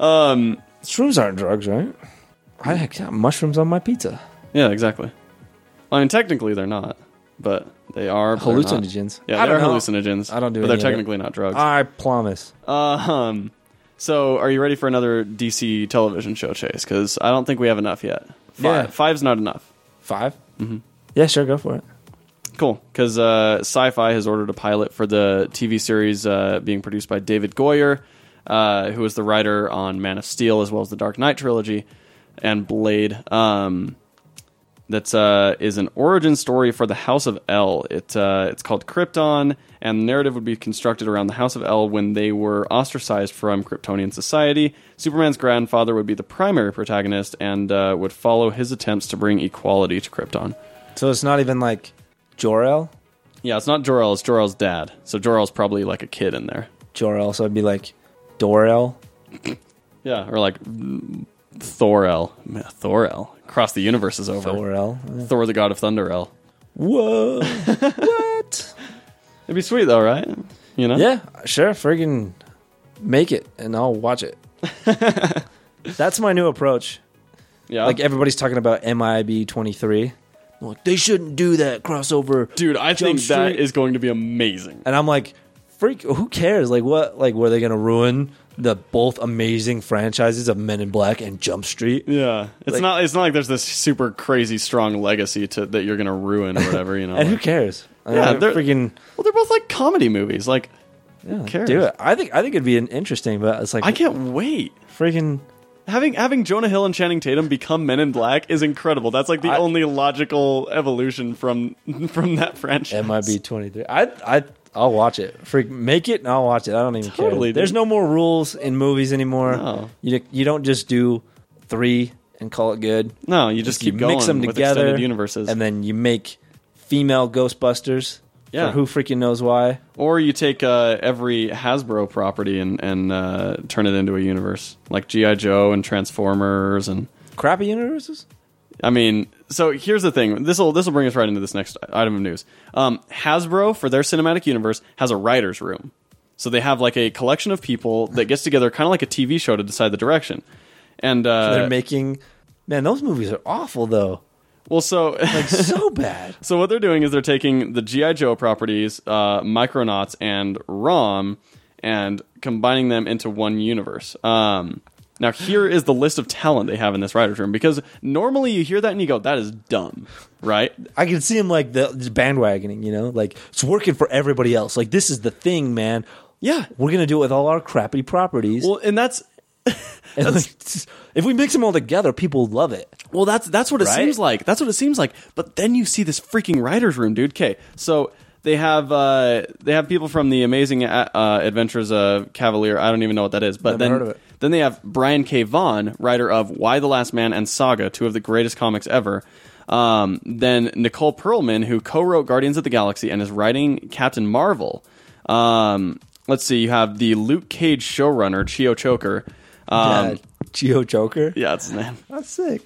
Um,
shrooms aren't drugs, right? I had got mushrooms on my pizza.
yeah, exactly. I mean, technically they're not, but they are but they're not.
Hallucinogens.
Yeah,
I
they're
don't know.
hallucinogens.
I don't do
but they're
any of it.
technically not drugs.
I promise.
Uh, um, so are you ready for another DC television show chase? Because I don't think we have enough yet. Five,
Yeah.
five's not enough.
5 Mm-hmm. Yeah, sure. Go for it.
Cool, because uh, Sci-Fi has ordered a pilot for the TV series uh, being produced by David Goyer, uh, who is the writer on Man of Steel as well as the Dark Knight trilogy and Blade. Um, that's uh, is an origin story for the House of L. It uh, it's called Krypton, and the narrative would be constructed around the House of L when they were ostracized from Kryptonian society. Superman's grandfather would be the primary protagonist and uh, would follow his attempts to bring equality to Krypton.
So it's not even like Jor-El.
Yeah, it's not Jor-El, it's Jor-El's dad. So Jor-El's probably like a kid in there.
Jor-El. So it'd be like Dor-El.
Yeah, or like mm, Thor-El. Man, Thor-El. Across the universe is over. Thor,
Thor-El. Yeah.
the god of thunder-El.
Whoa. what?
It'd be sweet though, right? You know?
Yeah, sure. Friggin' make it and I'll watch it. That's my new approach.
Yeah.
Like everybody's talking about MIB 23. Like, they shouldn't do that crossover.
Dude, I think that
Street.
is going to be amazing.
And I'm like, freak, who cares? Like, what? Like, were they going to ruin the both amazing franchises of Men in Black and Jump Street?
Yeah. It's
Like-
not it's not like there's this super crazy strong legacy to that you're gonna ruin or whatever, you know.
And who
like-
cares? I
Yeah,
mean,
they're-
freaking
well they're both like comedy movies. Like
yeah,
cares?
do it. I think I think it'd be an interesting, but it's like
I can't wait.
freaking
Having having Jonah Hill and Channing Tatum become Men in Black is incredible. That's like the
I-
only logical evolution from from that franchise.
MIB 23. I I I'll watch it. Freak make it and I'll watch it. I don't even
Totally,
care.
dude.
There's no more rules in movies anymore.
No.
You you don't just do 3 and call it good.
No, you just keep
you
going
mix them
with
together
extended universes,
and then you make female Ghostbusters.
Yeah.
For who freaking knows why?
or you take uh, every Hasbro property and and uh, turn it into a universe, like GI Joe and Transformers, and
Crappy universes?
I mean, so here's the thing. This will this will bring us right into this next item of news. Um, Hasbro for their cinematic universe has a writers' room, so they have like a collection of people that gets together, kind of like a TV show, to decide the direction. And uh,
They're making Man, those movies are awful though.
well, so
So bad.
So what they're doing is they're taking the GI Joe properties, uh, Micronauts and ROM, and combining them into one universe. Um, now here is the list of talent they have in this writers' room because normally you hear that and you go, "That is dumb," right?
I can see him like the just bandwagoning, you know, like it's working for everybody else. Like this is the thing, man.
Yeah.
we're gonna do it with all our crappy properties.
Well, and that's
And, like, if we mix them all together, people love it.
Well, that's that's what it
Right?
seems like. That's what it seems like. But then you see this freaking writers' room, dude. Okay, so they have uh, they have people from the Amazing uh, uh, Adventures of Cavalier. I don't even know what that is, but
Never
then
heard of it.
then they have Brian K. Vaughan, writer of Why the Last Man and Saga, two of the greatest comics ever. Um, then Nicole Perlman, who co-wrote Guardians of the Galaxy and is writing Captain Marvel. Um, let's see, you have the Luke Cage showrunner, Chio Choker. Um,
Uh, Geo Joker.
yeah, that's his name.
That's sick.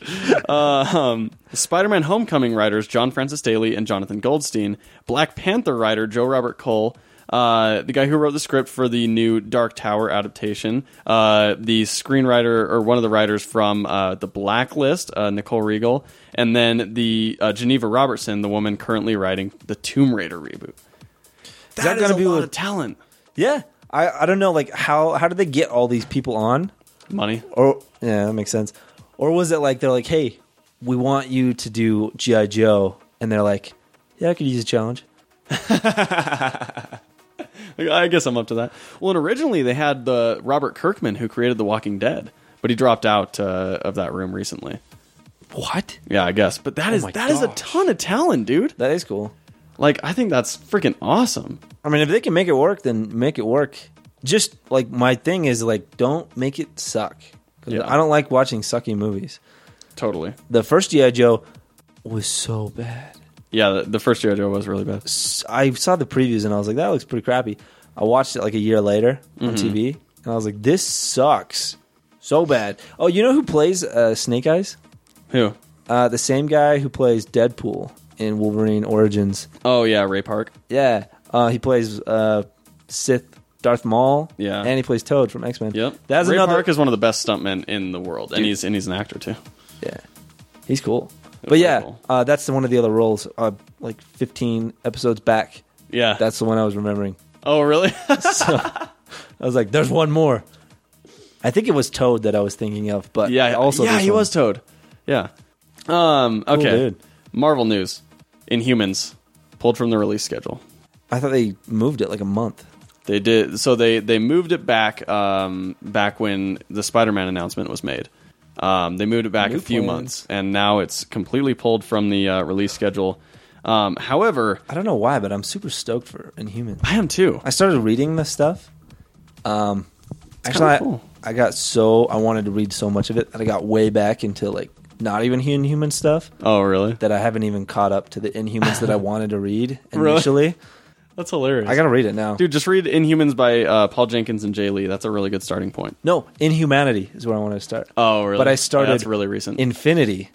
Spider-Man Homecoming writers John Francis Daly and Jonathan Goldstein, Black Panther writer Joe Robert Cole, uh, the guy who wrote the script for the new Dark Tower adaptation, uh, the screenwriter or one of the writers from uh, The Blacklist, uh, Nicole Regal, and then the uh, Geneva Robertson, the woman currently writing the Tomb Raider reboot.
that
That is
gonna
a
be
lot
what-
of talent,
Yeah. I, I don't know like how how did they get all these people on?
money.
Or yeah, that makes sense. Or was it like they're like, "Hey, we want you to do GI Joe." And they're like, "Yeah, I could use a challenge."
I guess I'm up to that. Well, and originally they had the Robert Kirkman who created The Walking Dead, but he dropped out uh, of that room recently.
What?
Yeah, I guess. But that is
my
that is a
gosh.
ton of talent, dude.
That is cool.
Like I think that's freaking awesome.
I mean, if they can make it work, then make it work. Just like my thing is like don't make it suck. 'Cause
Yeah.
I don't like watching sucky movies.
Totally.
The first GI Joe was so bad.
Yeah, the, the first G.I. Joe was really bad.
s- I saw the previews and I was like, that looks pretty crappy. I watched it like a year later
Mm-hmm.
on TV and I was like, this sucks so bad. Oh, you know who plays uh, Snake Eyes?
Who?
Uh, the same guy who plays Deadpool in Wolverine Origins.
Oh yeah, Ray Park.
Yeah, uh, he plays uh, Sith Darth Maul.
Yeah.
and he plays Toad from X Men.
Yep.
that's
Ray
another.
Park is one of the best stuntmen in the world, and he's and he's an actor too.
yeah, he's cool. But
pretty
yeah,
cool.
uh, that's the one of the other roles. Uh, like 15 episodes back,
Yeah.
that's the one I was remembering.
oh really?
so I was like, "There's one more." I think it was Toad that I was thinking of, but
yeah.
also
yeah,
this
he
one.
was Toad. Yeah. Um. Okay.
dude.
Marvel news: Inhumans pulled from the release schedule.
I thought they moved it like a month.
They did so. They they moved it back. Um, back when the Spider-Man announcement was made, um, they moved it back
New
a few
plans.
months, and now it's completely pulled from the uh, release schedule. Um, however,
I don't know why, but I'm super stoked for Inhumans.
I am too.
I started reading this stuff. Um, actually,
kinda
I,
cool.
I got so I wanted to read so much of it that I got way back into like not even Inhuman stuff
oh, really?
that I haven't even caught up to the Inhumans that I wanted to read
Really?
initially.
That's hilarious.
I gotta read it now,
dude. Just read Inhumans by uh, Paul Jenkins and Jay Lee. That's a really good starting point.
No, Inhumanity is where I want to start.
Oh, really?
But
Yeah,
I started
that's really recent.
Infinity.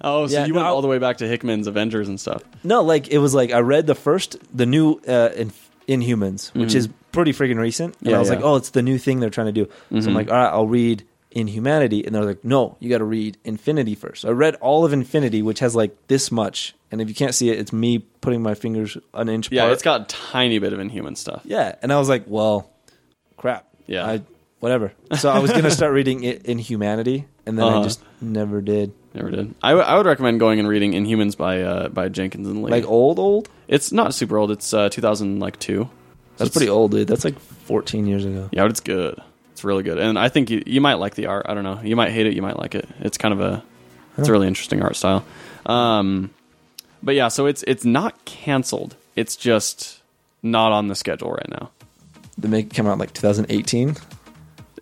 oh, so
yeah,
you
no,
went
I-
all the way back to Hickman's Avengers and stuff.
No, like it was like I read the first, the new uh, in, Inhumans, which is pretty freaking recent. And
Yeah,
I was
yeah.
like, oh, it's the new thing they're trying to do. So I'm like, all right, I'll read Inhumanity. And they're like, no, you got to read Infinity first. So I read all of Infinity, which has like this much. And if you can't see it, it's me putting my fingers an inch
Yeah,
apart.
it's got a tiny bit of Inhuman stuff.
Yeah. And I was like, well, crap.
Yeah.
I, whatever. So I was going to start reading it Inhumanity. And then
Uh-huh.
I just never did.
Never did. I, w- I would recommend going and reading Inhumans by uh, by Jenkins and Lee.
Like old, old?
It's not super old. It's uh, 2000 like two.
That's
It's-
pretty old, dude. That's like 14 years ago.
Yeah, but it's good. It's really good, and I think you, you might like the art. I don't know. You might hate it. You might like it. It's kind of a it's a really interesting art style. Um, but yeah, so it's it's not canceled. It's just not on the schedule right now.
They make it come out like 2018.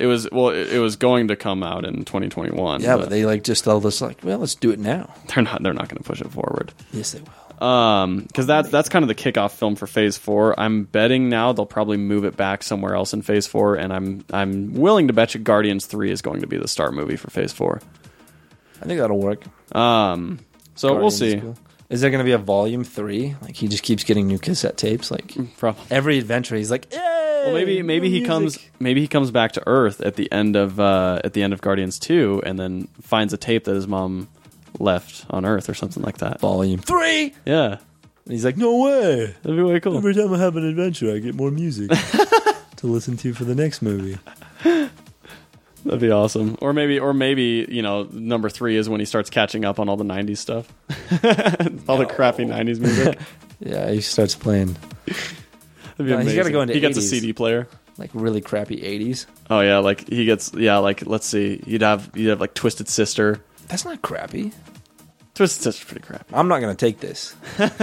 It was well, it, it was going to come out in 2021.
Yeah, but they like just told us like, well, let's do it now.
they're not they're not going to push it forward.
Yes, they will.
Um, because that's that's kind of the kickoff film for Phase Four. I'm betting now they'll probably move it back somewhere else in Phase Four, and I'm I'm willing to bet you Guardians Three is going to be the star movie for Phase Four.
I think that'll work.
Um, so
Guardians
we'll see.
is cool. Is there going to be a volume three? Like he just keeps getting new cassette tapes. Like
Probably.
every adventure, he's like, "Yay!"
Well, maybe
new
maybe he
music."
comes maybe he comes back to Earth at the end of uh, at the end of Guardians Two, and then finds a tape that his mom left on Earth or something like that.
volume three. And
Yeah,
he's like, no.
No way.
that'd be way cool.
Every time I have an adventure, I get more music to listen to for the next movie.
That'd be awesome. Or maybe or maybe you know number three is when he starts catching up on all the '90s stuff, all the crappy '90s music.
Yeah, he starts playing
That'd be
No, he's
amazing.
gotta go into
He gets a
80s.
CD player.
like really crappy '80s.
Oh yeah, like he gets yeah, like let's see, you'd have you'd have like Twisted Sister.
That's not crappy.
Twisted Sister's pretty crap.
I'm not going to take this.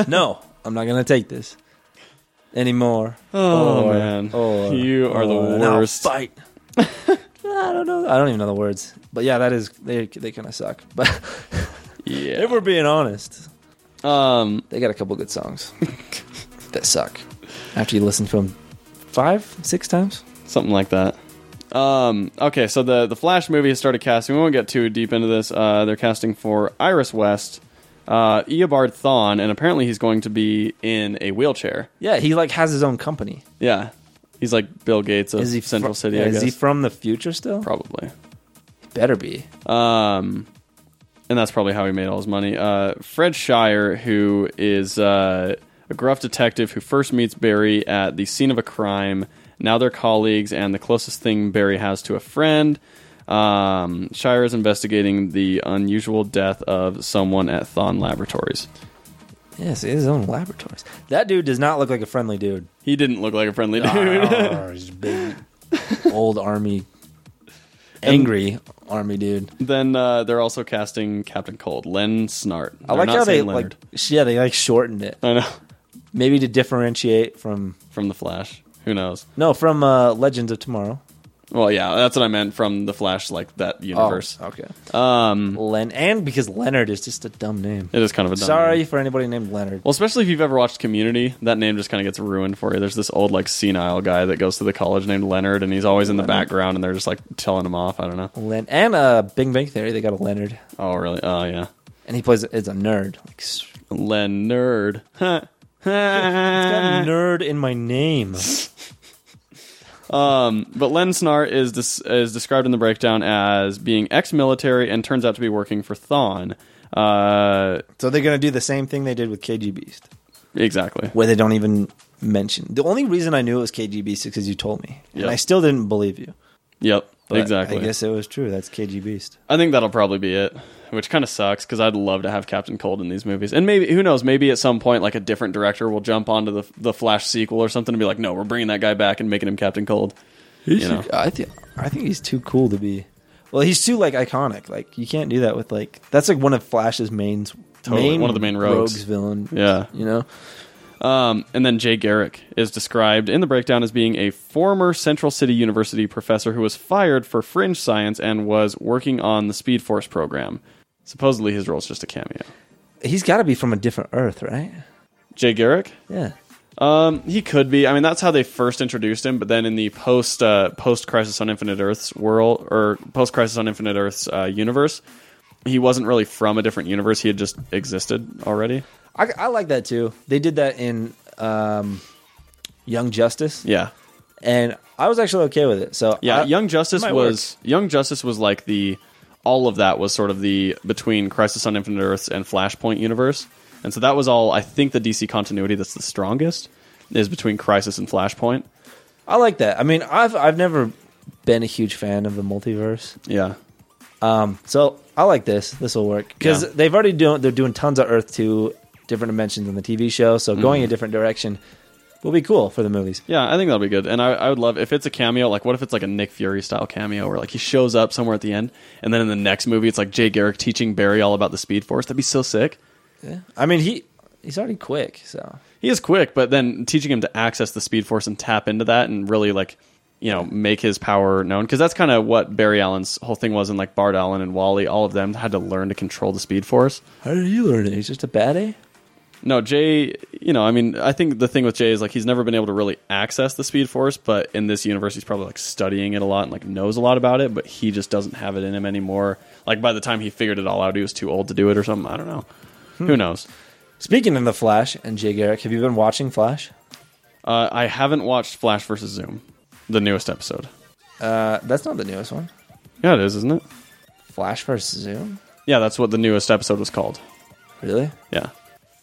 no, I'm not going to take this anymore.
Oh, man. You are the
and I'll
worst.
fight. I don't know. I don't even know the words. But yeah, that is they. They kind of suck. But
Yeah.
if we're being honest,
Um.
they got a couple good songs that suck. After you listen to them five, six times.
something like that. Um, okay, so the the Flash movie has started casting. We won't get too deep into this. Uh, they're casting for Iris West, uh, Eobard Thawne, and apparently he's going to be in a wheelchair.
Yeah, he like has his own company.
Yeah, he's like Bill Gates of
Is he
Central
fro-
City.
yeah,
I
is
guess.
he from the future still?
Probably.
Better be.
Um, and that's probably how he made all his money. Uh, Fred Shire, who is uh, a gruff detective who first meets Barry at the scene of a crime. Now they're colleagues, and the closest thing Barry has to a friend. Um, Shire is investigating the unusual death of someone at Thon Laboratories.
Yes, he has his own laboratories. That dude does not look like a friendly dude.
He didn't look like a friendly dude.
Arr, he's a big old army, angry army dude.
then uh, they're also casting Captain Cold, Len Snart.
I
They're
like
not
how they
saying Leonard.
like sh- yeah they like shortened it
I know
maybe to differentiate from
from the Flash. Who knows?
no from uh, Legends of Tomorrow.
Well, yeah, that's what I meant from the Flash, like that universe.
Oh, okay.
Um,
Len and because Leonard is just a dumb name.
it is kind of a dumb
Sorry
name.
for anybody named Leonard.
Well, especially if you've ever watched Community, that name just kind of gets ruined for you. There's this old like senile guy that goes to the college named Leonard, and he's always in the background, and they're just like telling him off. I don't know.
Len and uh, Big Bang Theory they got a Leonard
Oh, really? Oh, yeah,
and he plays as a nerd. Like s-
Leonard. Huh.
got nerd in my name.
But Len Snart is des- is described in the breakdown as being ex-military and turns out to be working for Thawne. Uh,
So they're gonna do the same thing they did with KG Beast,
exactly.
where they don't even mention. The only reason I knew it was KG Beast is because you told me,
Yep.
and I still didn't believe you.
Yep.
But
exactly.
I guess it was true. That's KG Beast.
I think that'll probably be it, which kind of sucks because I'd love to have Captain Cold in these movies. And maybe who knows? Maybe at some point, like a different director will jump onto the the Flash sequel or something and be like, "No, we're bringing that guy back and making him Captain Cold."
He
You know,
I think I think he's too cool to be. Well, he's too like iconic. Like you can't do that with like that's like one of Flash's main
Totally,
main
one of the main rogues.
villain.
yeah.
You know,
Um, and then Jay Garrick is described in the breakdown as being a former Central City University professor who was fired for fringe science and was working on the Speed Force program. Supposedly, his role is just a cameo.
he's got to be from a different Earth, right?
Jay Garrick,
Yeah.
Um, he could be. I mean, that's how they first introduced him. But then in the post uh, post Crisis on Infinite Earths world or post Crisis on Infinite Earths uh, universe, he wasn't really from a different universe. He had just existed already.
I, I like that too. They did that in um, Young Justice,
Yeah,
and I was actually okay with Uh, it. So
yeah.
I-
Young Justice
might
was Young Justice was like the all of that was sort of the between Crisis on Infinite Earths and Flashpoint universe, and so that was all. I think the DC continuity that's the strongest is between Crisis and Flashpoint.
I like that. I mean, I've I've never been a huge fan of the multiverse,
Yeah,
so I like this. This will work because
Yeah.
they've already doing they're doing tons of Earth two different dimensions in the TV show. So going a different direction will be cool for the movies.
Yeah, I think that'll be good. And I, I would love if it's a cameo. Like, what if it's like a Nick Fury style cameo, where like he shows up somewhere at the end, and then in the next movie, it's like Jay Garrick teaching Barry all about the Speed Force. That'd be so sick.
I mean, he he's already quick, so
He is quick, but then teaching him to access the Speed Force and tap into that, and really like you know make his power known, because that's kind of what Barry Allen's whole thing was, and like Bart Allen and Wally, all of them had to learn to control the Speed Force.
How did he learn it?
he's just a baddie.
No, Jay, you know, I mean, I think the thing with Jay is like he's never been able to really access the Speed Force, but in this universe, he's probably like studying it a lot and like knows a lot about it, but he just doesn't have it in him anymore. Like by the time he figured it all out, he was too old to do it or something. I don't know.
Hmm.
Who knows?
Speaking of the Flash and Jay Garrick, have you been watching Flash?
Uh, I haven't watched Flash versus Zoom, the newest episode.
Uh, that's not the newest one.
Yeah, it is, isn't it?
Flash versus Zoom,
Yeah, that's what the newest episode was called.
really?
Yeah,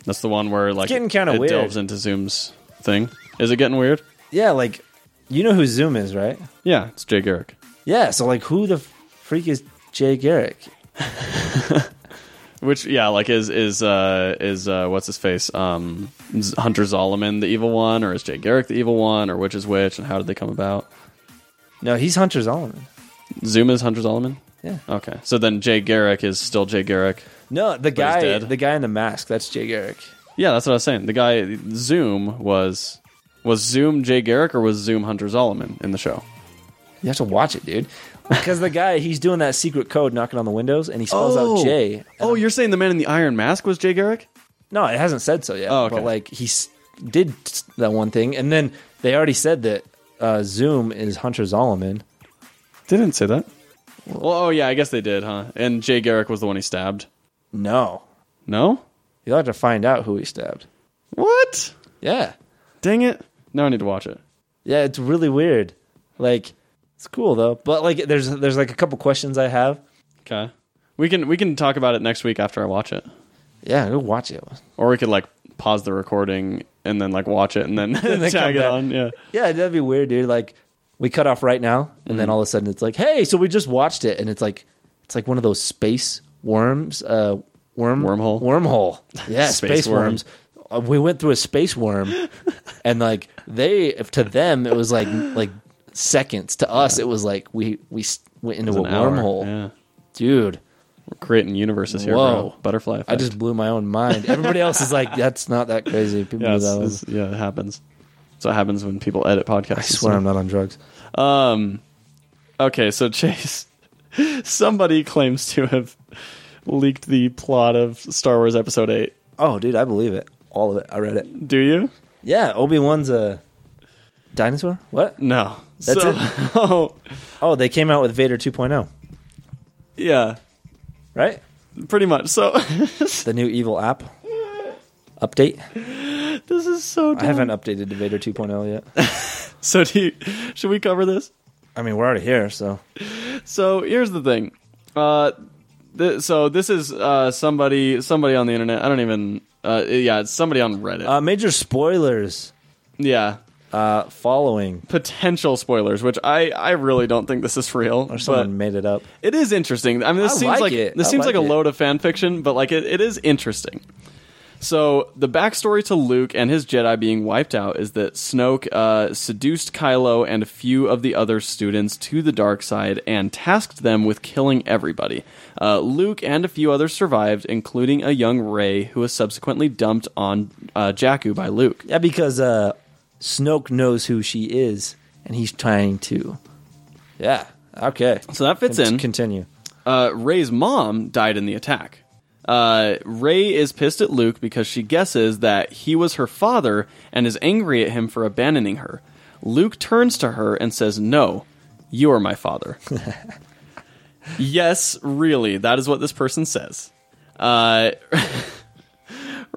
that's the one where like
getting kinda
it
weird.
delves into Zoom's thing. Is it getting weird?
Yeah, like you know who Zoom is, right?
Yeah, it's Jay Garrick.
Yeah, so like who the freak is Jay Garrick?
Which yeah, like is is uh is uh what's his face? Um Z- Hunter Zolomon the evil one or is Jay Garrick the evil one or which is which and how did they come about?
No, he's Hunter Zolomon.
Zoom is Hunter Zolomon?
Yeah.
Okay. So then Jay Garrick is still Jay Garrick.
No, the
he's
guy
dead.
the guy in the mask, that's Jay Garrick.
Yeah, that's what I was saying. The guy Zoom was was Zoom Jay Garrick or was Zoom Hunter Zolomon in the show?
You have to watch it, dude. Because the guy, he's doing that secret code knocking on the windows and he spells out Jay. And
Oh, you're saying the man in the iron mask was Jay Garrick?
No, it hasn't said so yet.
Oh, okay.
But like he s- did s- that one thing, and then they already said that uh, Zoom is Hunter Zolomon.
They didn't say that. Well, oh yeah, I guess they did, huh? And Jay Garrick was the one he stabbed.
No,
No,
you'll have to find out who he stabbed.
what?
Yeah,
Dang it! Now I need to watch it.
yeah, it's really weird. Like, it's cool though. But like, there's there's like a couple questions I have.
Okay, we can we can talk about it next week after I watch it,
Yeah, go watch it.
or we could like pause the recording and then like watch it and then
then
tag
come
it
back.
on. Yeah,
Yeah, that'd be weird, dude. Like, we cut off right now, and
Mm-hmm.
then all of a sudden it's like, hey, so we just watched it, and it's like, it's like one of those space worms, uh, worm
Wormhole?
wormhole. Yeah,
Space
space,
worm.
worms. Uh, we went through a space worm, and like they, if to them, it was like like seconds. To us, it was like we we s- went into
It's
a
an hour.
wormhole,
Yeah,
dude.
we're creating universes here, bro.
Whoa.
Butterfly.
I
effect.
just blew my own mind. Everybody else is like, that's not that crazy. People
yeah,
do
it's,
that.
it's- yeah, it happens. That's what happens when people edit podcasts.
I swear I'm not on drugs.
Um, okay, so Chase, somebody claims to have leaked the plot of Star Wars Episode Eight.
Oh, dude, I believe it. All of it. I read it.
Do you?
Yeah, Obi Wan's a dinosaur. What?
No.
That's
so,
it?
Oh,
Oh, they came out with Vader 2.0,
yeah,
right?
pretty much. So
The new evil app update.
this is so. Dumb.
I haven't updated to Vader 2.0 yet.
So do you, should we cover this?
I mean, we're already here, so
So here's the thing. Uh, th- so this is uh somebody somebody on the internet. I don't even. Uh, yeah, it's somebody on Reddit.
uh, major spoilers
yeah,
uh, following.
potential spoilers, which I I really don't think this is real.
Or
but-
someone made it up.
It is interesting. I mean, this
I
seems like,
like it.
this
I
seems like,
like
a
it.
load of fan fiction, but like it, it is interesting. So the backstory to Luke and his Jedi being wiped out is that Snoke uh, seduced Kylo and a few of the other students to the dark side and tasked them with killing everybody. Uh, Luke and a few others survived, including a young Rey who was subsequently dumped on uh, Jakku by Luke.
Yeah, because uh, Snoke knows who she is, and he's trying to. Yeah. Okay.
So that fits in.
Continue.
uh, Ray's mom died in the attack. Uh, Ray is pissed at Luke because she guesses that he was her father and is angry at him for abandoning her. Luke turns to her and says, No, you are my father. yes, really, that is what this person says. Uh,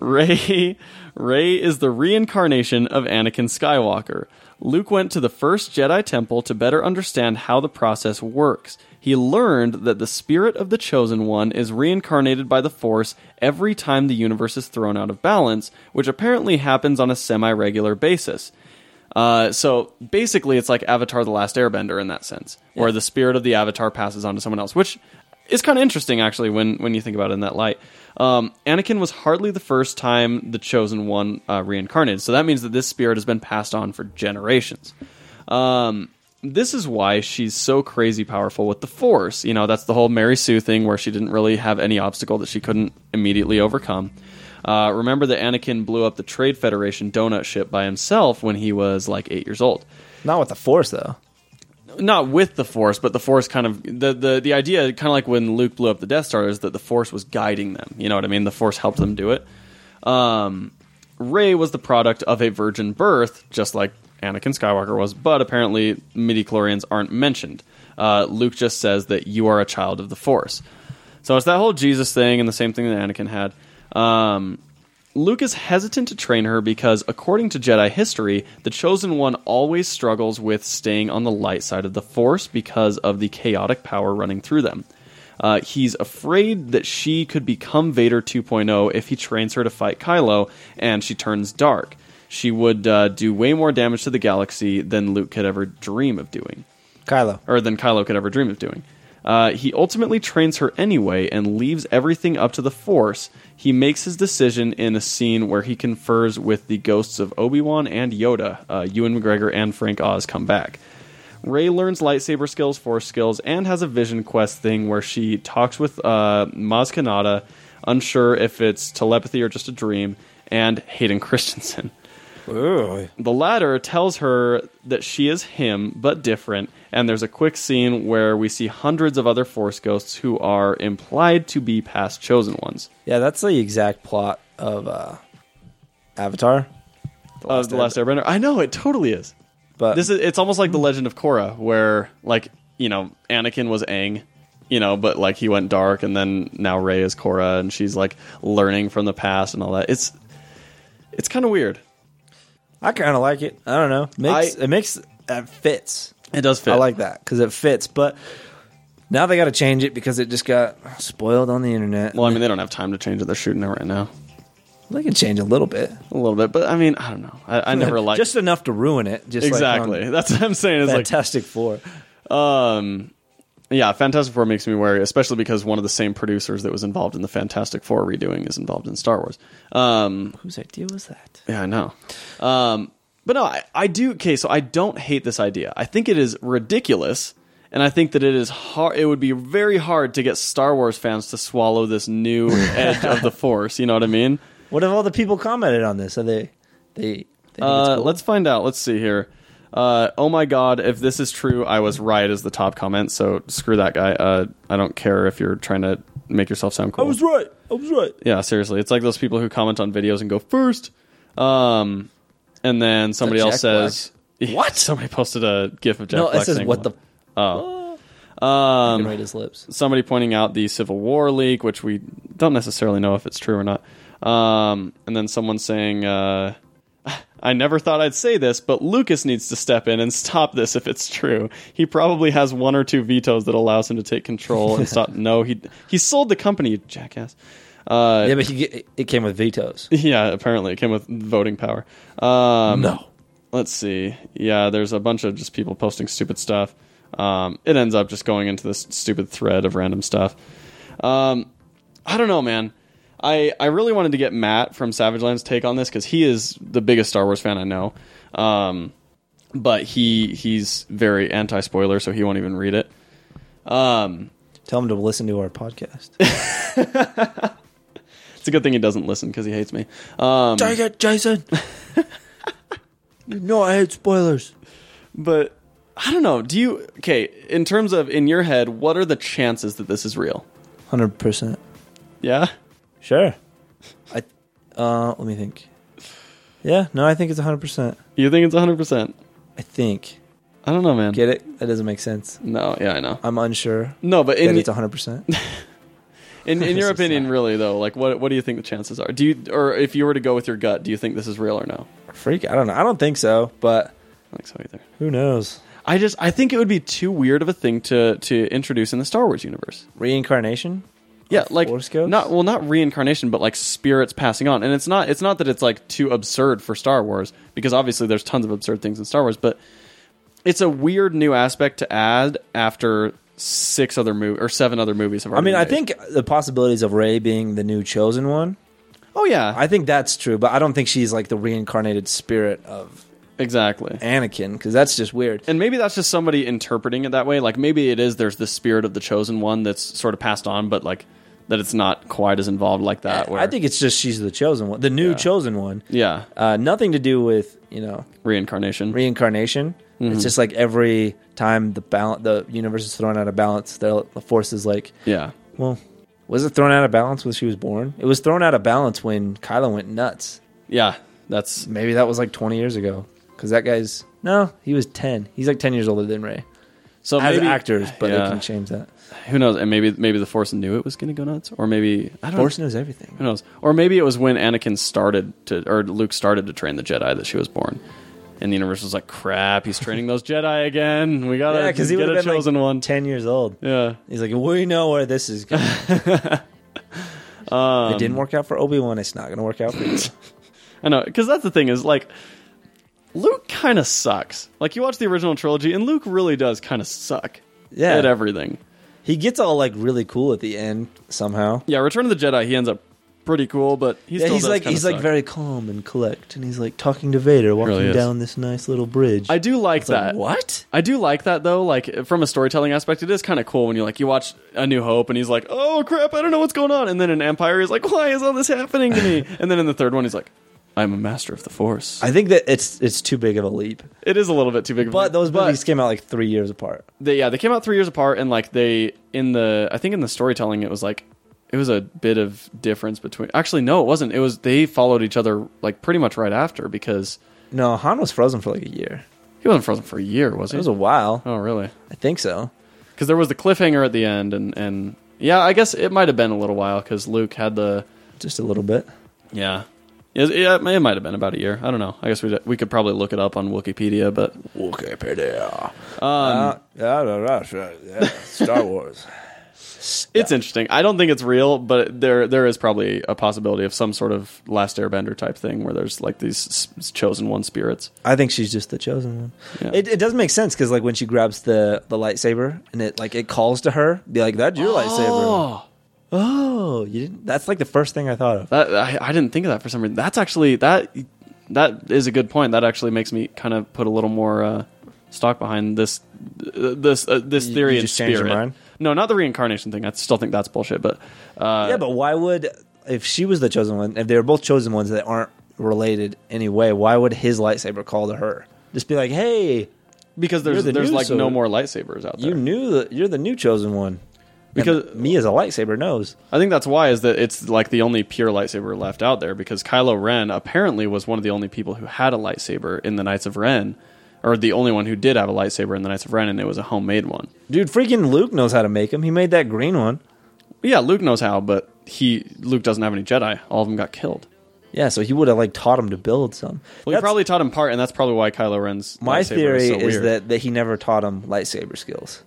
Ray Ray is the reincarnation of Anakin Skywalker. Luke went to the first Jedi temple to better understand how the process works. He learned that the spirit of the chosen one is reincarnated by the force every time the universe is thrown out of balance, which apparently happens on a semi-regular basis. Uh, so basically, it's like Avatar: The Last Airbender in that sense, where the spirit of the Avatar passes on to someone else, which is kind of interesting actually when when you think about it in that light. Um, Anakin was hardly the first time the Chosen One uh, reincarnated, so that means that this spirit has been passed on for generations. Um, this is why she's so crazy powerful with the Force. You know, that's the whole Mary Sue thing where she didn't really have any obstacle that she couldn't immediately overcome. Uh, remember that Anakin blew up the Trade Federation donut ship by himself when he was like eight years old.
Not with the Force, though.
Not with the Force, but the Force kind of the the the idea, kind of like when Luke blew up the Death Star, is that the Force was guiding them. You know what I mean? The Force helped them do it. Um, Ray was the product of a virgin birth, just like Anakin Skywalker was, but apparently midi chlorians aren't mentioned. Uh, Luke just says that you are a child of the Force. So it's that whole Jesus thing and the same thing that Anakin had. Um, Luke is hesitant to train her because, according to Jedi history, the Chosen One always struggles with staying on the light side of the Force because of the chaotic power running through them. Uh, he's afraid that she could become Vader 2.0 if he trains her to fight Kylo and she turns dark. She would uh, do way more damage to the galaxy than Luke could ever dream of doing
Kylo.
or than Kylo could ever dream of doing. Uh, he ultimately trains her anyway and leaves everything up to the Force. He makes his decision in a scene where he confers with the ghosts of Obi Wan and Yoda. Uh, Ewan McGregor and Frank Oz come back. Ray learns lightsaber skills, force skills, and has a vision quest thing where she talks with uh, Maz Kanata, unsure if it's telepathy or just a dream, and Hayden Christensen. The latter tells her that she is him, but different, and there's a quick scene where we see hundreds of other Force ghosts who are implied to be past chosen ones.
Yeah, that's the exact plot of uh, Avatar.
The last, uh, the last Airbender. I know, it totally is.
But
This is it's almost like the Legend of Korra, where like you know Anakin was Aang, you know, but like he went dark, and then now Rey is Korra, and she's like learning from the past and all that. It's it's kind of weird.
I kind of like it. I don't know. Makes
I-
it makes it fits.
It does fit.
I like that because it fits. But now they got to change it because it just got spoiled on the internet.
Well, I mean, they don't have time to change it. They're shooting it right now,
they can change a little bit.
a little bit. But I mean, I don't know. I, I never liked
just enough to ruin it. Just
exactly.
Like um, on
That's what I'm saying. Is like
Fantastic Four.
Um, yeah, Fantastic Four makes me wary, especially because one of the same producers that was involved in the Fantastic Four redoing is involved in Star Wars. Um,
Whose idea was that?
yeah, I know. Um, but no, I, I do. Okay, so I don't hate this idea. I think it is ridiculous, and I think that it is hard. It would be very hard to get Star Wars fans to swallow this new edge of the Force. You know what I mean?
What have all the people commented on this? Are they they? they think it's
Uh,
cool?
Let's find out. Let's see here. Uh, oh my god, if this is true, I was right as the top comment. So screw that guy. Uh, I don't care if you're trying to make yourself sound
I
cool.
was right. I was right.
Yeah, seriously, it's like those people who comment on videos and go first, um, and then somebody else
Jack
says what? Somebody posted a gif of Jack.
no,
Black
it says
saying
what the. Oh, um, his lips.
somebody pointing out the Civil War leak, which we don't necessarily know if it's true or not. Um, and then someone saying, uh, I never thought I'd say this, but Lucas needs to step in and stop this if it's true. He probably has one or two vetoes that allows him to take control and stop. No, he he sold the company, you jackass. Uh,
Yeah,
yeah,
but he, get- it came with vetoes.
apparently it came with voting power. Um,
No,
let's see. Yeah, there's a bunch of just people posting stupid stuff. Um, it ends up just going into this stupid thread of random stuff. Um, I don't know, man. I, I really wanted to get Matt from Savage Land's take on this because he is the biggest Star Wars fan I know. Um, but he he's very anti spoiler, so he won't even read it. Um,
tell him to listen to our podcast.
it's a good thing he doesn't listen because he hates me. Um,
Dang it, Jason. you know I hate spoilers.
but I don't know. Do you okay? In terms of in your head, what are the chances that this is real?
Hundred percent.
Yeah.
Sure. I uh let me think. Yeah, no, I think it's 100%.
You think it's 100%?
I think.
I don't know, man.
Get it? That doesn't make sense.
no, yeah, I know.
I'm unsure
No, but
that
in
it's 100%.
in, in your
This is
opinion,
sad.
really though, like what what do you think the chances are? Do you or if you were to go with your gut, do you think this is real or no?
Freak, I don't know. I don't think so, but
I don't think so either.
who knows?
I just I think it would be too weird of a thing to to introduce in the Star Wars universe.
Reincarnation?
Yeah, like
Force ghosts?
not well, not reincarnation, but like spirits passing on. And it's not it's not that it's like too absurd for Star Wars because obviously there's tons of absurd things in Star Wars, but it's a weird new aspect to add after six other movies or seven other movies have
I
already
mean, I
been made.
think the possibilities of Ray being the new chosen one,
oh yeah
I think that's true, but I don't think she's like the reincarnated spirit of
exactly
Anakin because that's just weird.
And maybe that's just somebody interpreting it that way. Like maybe it is there's the spirit of the chosen one that's sort of passed on, but like that it's not quite as involved like that. Where
I think it's just she's the chosen one, the new chosen one.
yeah,
Uh, nothing to do with, you know,
reincarnation.
reincarnation.
Mm-hmm.
It's just like every time the balance, the universe is thrown out of balance, the the force is like,
yeah,
well, was it thrown out of balance when she was born? It was thrown out of balance when Kylo went nuts.
yeah. That's
Maybe that was like 20 years ago because that guy's no, he was 10. He's like 10 years older than Ray
so
as
maybe,
actors, but
yeah.
they can change that.
Who knows? And maybe maybe the Force knew it was going to go nuts, or maybe I don't.
Force
know.
knows everything.
Who knows? Or maybe it was when Anakin started to, or Luke started to train the Jedi that she was born, and the universe was like, "Crap, he's training those Jedi again. We gotta
Yeah, because he
get
would
a
have been
chosen
like
one."
10 years old.
yeah,
He's like, we know where this is going. it didn't work out for Obi Wan. It's not going to work out for you.
I know, because that's the thing is like Luke kind of sucks. Like you watch the original trilogy, and Luke really does kind of suck
Yeah.
at everything.
He gets all like really cool at the end somehow.
Yeah, Return of the Jedi, he ends up pretty cool, but he
yeah,
still
he's
does
like
kinda
he's like
suck.
very calm and collect, and he's like talking to Vader, walking
Really is.
down this nice little bridge.
I do like
It's like,
that.
what?
I do like that though. Like from a storytelling aspect, it is kind of cool when you like you watch A New Hope and he's like, "Oh crap, I don't know what's going on," and then in Empire he's like, "Why is all this happening to me?" and then in the third one he's like, "I'm a master of the Force."
I think that it's it's too big of a leap.
it is a little bit too big, of a-
But those movies came out like three years apart.
they yeah they came out three years apart and like they in the i think in the storytelling it was like it was a bit of difference between actually no it wasn't it was they followed each other like pretty much right after because
No, Han was frozen for like a year.
he He wasn't frozen for a year, was he?
It was a while.
oh, really?
I think so.
Because there was the cliffhanger at the end, and and yeah, I guess it might have been a little while because Luke had the
Just a little bit.
yeah. It, yeah, it may- it might have been about a year. I don't know. I guess we we could probably look it up on Wikipedia, but
Wikipedia. Um, Star Wars.
it's interesting. I don't think it's real, but there there is probably a possibility of some sort of Last Airbender type thing where there's like these s- chosen one spirits.
I think she's just the chosen one.
Yeah.
It, it does make sense because like when she grabs the the lightsaber and it like it calls to her, be like that's your lightsaber. Oh, you didn't. That's like the first thing I thought of.
That I, I didn't think of that for some reason. That's actually that that is a good point. That actually makes me kind of put a little more uh, stock behind this uh, this uh, this
You-
theory
you
and
just changed your
spirit.
mind?
No, not the reincarnation thing. I still think that's bullshit. But uh,
yeah, but why would if she was the chosen one, if they were both chosen ones that aren't related anyway, why would his lightsaber call to her? Just be like, hey,
because there's
You're the
there's
new
like
so-
no more lightsabers out there.
you knew that you're the new chosen one.
Uh, Because-
And me as a lightsaber knows.
I think that's why is that it's like the only pure lightsaber left out there because Kylo Ren apparently was one of the only people who had a lightsaber in the Knights of Ren, or the only one who did have a lightsaber in the Knights of Ren, and it was a homemade one.
Dude, freaking Luke knows how to make him. He made that green one.
Yeah, Luke knows how, but he Luke doesn't have any Jedi. All of them got killed.
Yeah, so he would have like taught him to build some.
Well, he
That's-
probably taught him part, and that's probably why Kylo Ren's
my
lightsaber
theory
is, so
is
weird.
that, that he never taught him lightsaber skills.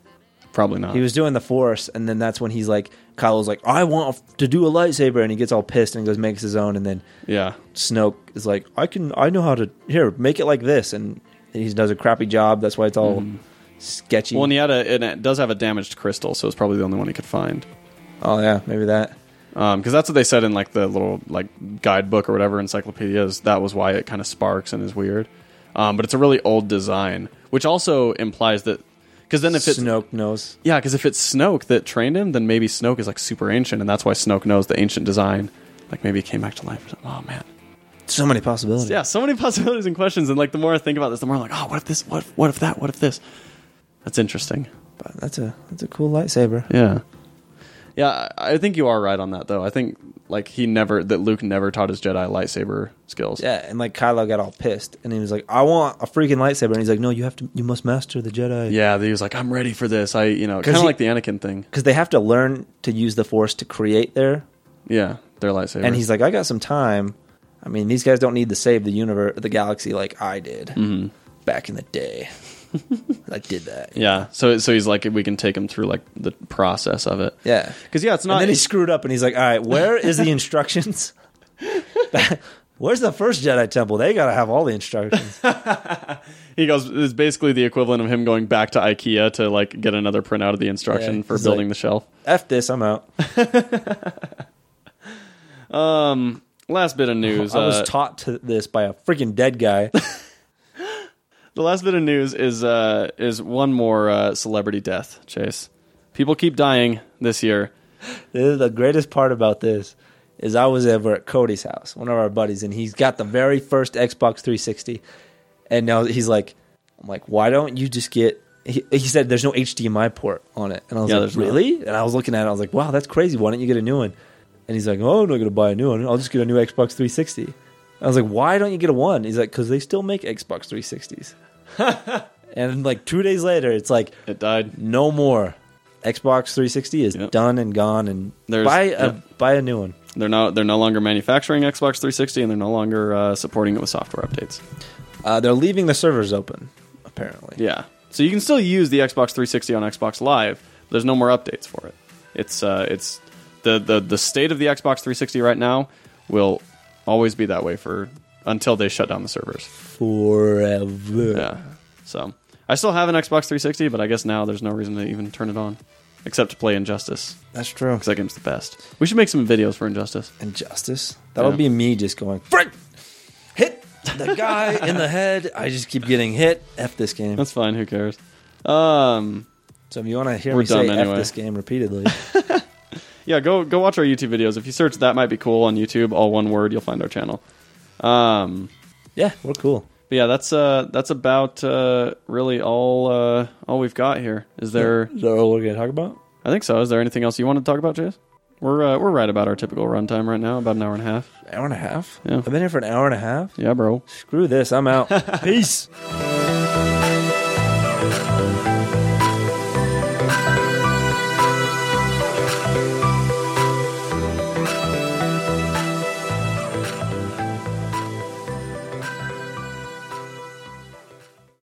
probably not.
He was doing the force, and then that's when he's like, Kylo's like, I want to do a lightsaber, and he gets all pissed and goes makes his own, and then
yeah,
Snoke is like, I can, I know how to here make it like this, and he does a crappy job. That's why it's all sketchy.
Mm-hmm. well, and he had a and it does have a damaged crystal, so it's probably the only one he could find.
oh yeah, maybe that.
Because Um, that's what they said in like the little like guidebook or whatever encyclopedia is that was why it kind of sparks and is weird. Um, but it's a really old design, which also implies that because then if it's
Snoke knows.
yeah, because if it's Snoke that trained him, then maybe Snoke is like super ancient, and that's why Snoke knows the ancient design. Like maybe it came back to life. or something. Oh man.
So many possibilities.
yeah, so many possibilities and questions. And like the more I think about this, the more I'm like, oh, what if this? What? What if that? What if this? That's interesting.
But that's a that's a cool lightsaber.
Yeah, yeah. I I think you are right on that, though. I think like he never that Luke never taught his Jedi lightsaber skills.
Yeah, and like Kylo got all pissed, and he was like, "I want a freaking lightsaber," and he's like, "No, you have to, you must master the Jedi."
yeah. He was like, I'm ready for this. I, you know, kind of
he-
like the Anakin thing.
because they have to learn to use the force to create their
Yeah, their lightsaber.
and he's like i got some time i mean these guys don't need to save the universe the galaxy like i did
Mm-hmm.
back in the day i did that
yeah. So so he's like, we can take him through like the process of it.
yeah
Because yeah, it's
and
not.
then he screwed up and he's like all right where is the instructions where's the first jedi temple they gotta have all the instructions
He goes. It's basically the equivalent of him going back to IKEA to like get another printout of the instruction
Yeah,
for
he's
building
like-
the shelf.
f this i'm out
Last bit of news.
i was
uh,
taught to this by a freaking dead guy
The last bit of news is uh, is one more uh, celebrity death. Chase, people keep dying this year.
This is the greatest part about this is I was over at Cody's house, one of our buddies, and he's got the very first Xbox 360. And now he's like, I'm like, why don't you just get? He, he said there's no HDMI port on it, and I was
Yeah,
like,
there's not.
really? And I was looking at it, I was like, wow, that's crazy. Why don't you get a new one? And he's like, oh, I'm not gonna buy a new one. I'll just get a new Xbox 360. I was like, why don't you get a one? He's like, because they still make Xbox 360s. and like two days later, it's like
It died.
no more. Xbox 360 is
Yep.
done and gone, and
There's-
buy a
yep.
buy a new one.
They're no they're no longer manufacturing Xbox 360, and they're no longer uh, supporting it with software updates.
Uh, they're leaving the servers open, apparently.
Yeah, so you can still use the Xbox 360 on Xbox Live. But there's no more updates for it. It's uh, it's the, the the state of the Xbox 360 right now will always be that way for until they shut down the servers.
Forever.
Yeah. So I still have an Xbox 360, but I guess now there's no reason to even turn it on, except to play Injustice
That's true.
because that game's the best. We should make some videos for Injustice.
Injustice. That'll
Yeah.
be me just going frick, hit the guy in the head. I just keep getting hit. F this game.
That's fine. Who cares? Um,
so if you want to hear
We're
me say
dumb anyway.
F this game repeatedly,
yeah, go go watch our YouTube videos. If you search that might be cool on YouTube, all one word, you'll find our channel. Um,
yeah, we're cool.
but yeah, that's uh that's about uh really all uh all we've got here. Is there?
Is that all we're gonna talk about?
I think so. Is there anything else you want to talk about, Chase? We're uh, we're right about our typical runtime right now, about an hour and a half.
An hour and a half.
Yeah.
I've been here for an hour and a half.
Yeah, bro.
Screw this. I'm out. Peace.
I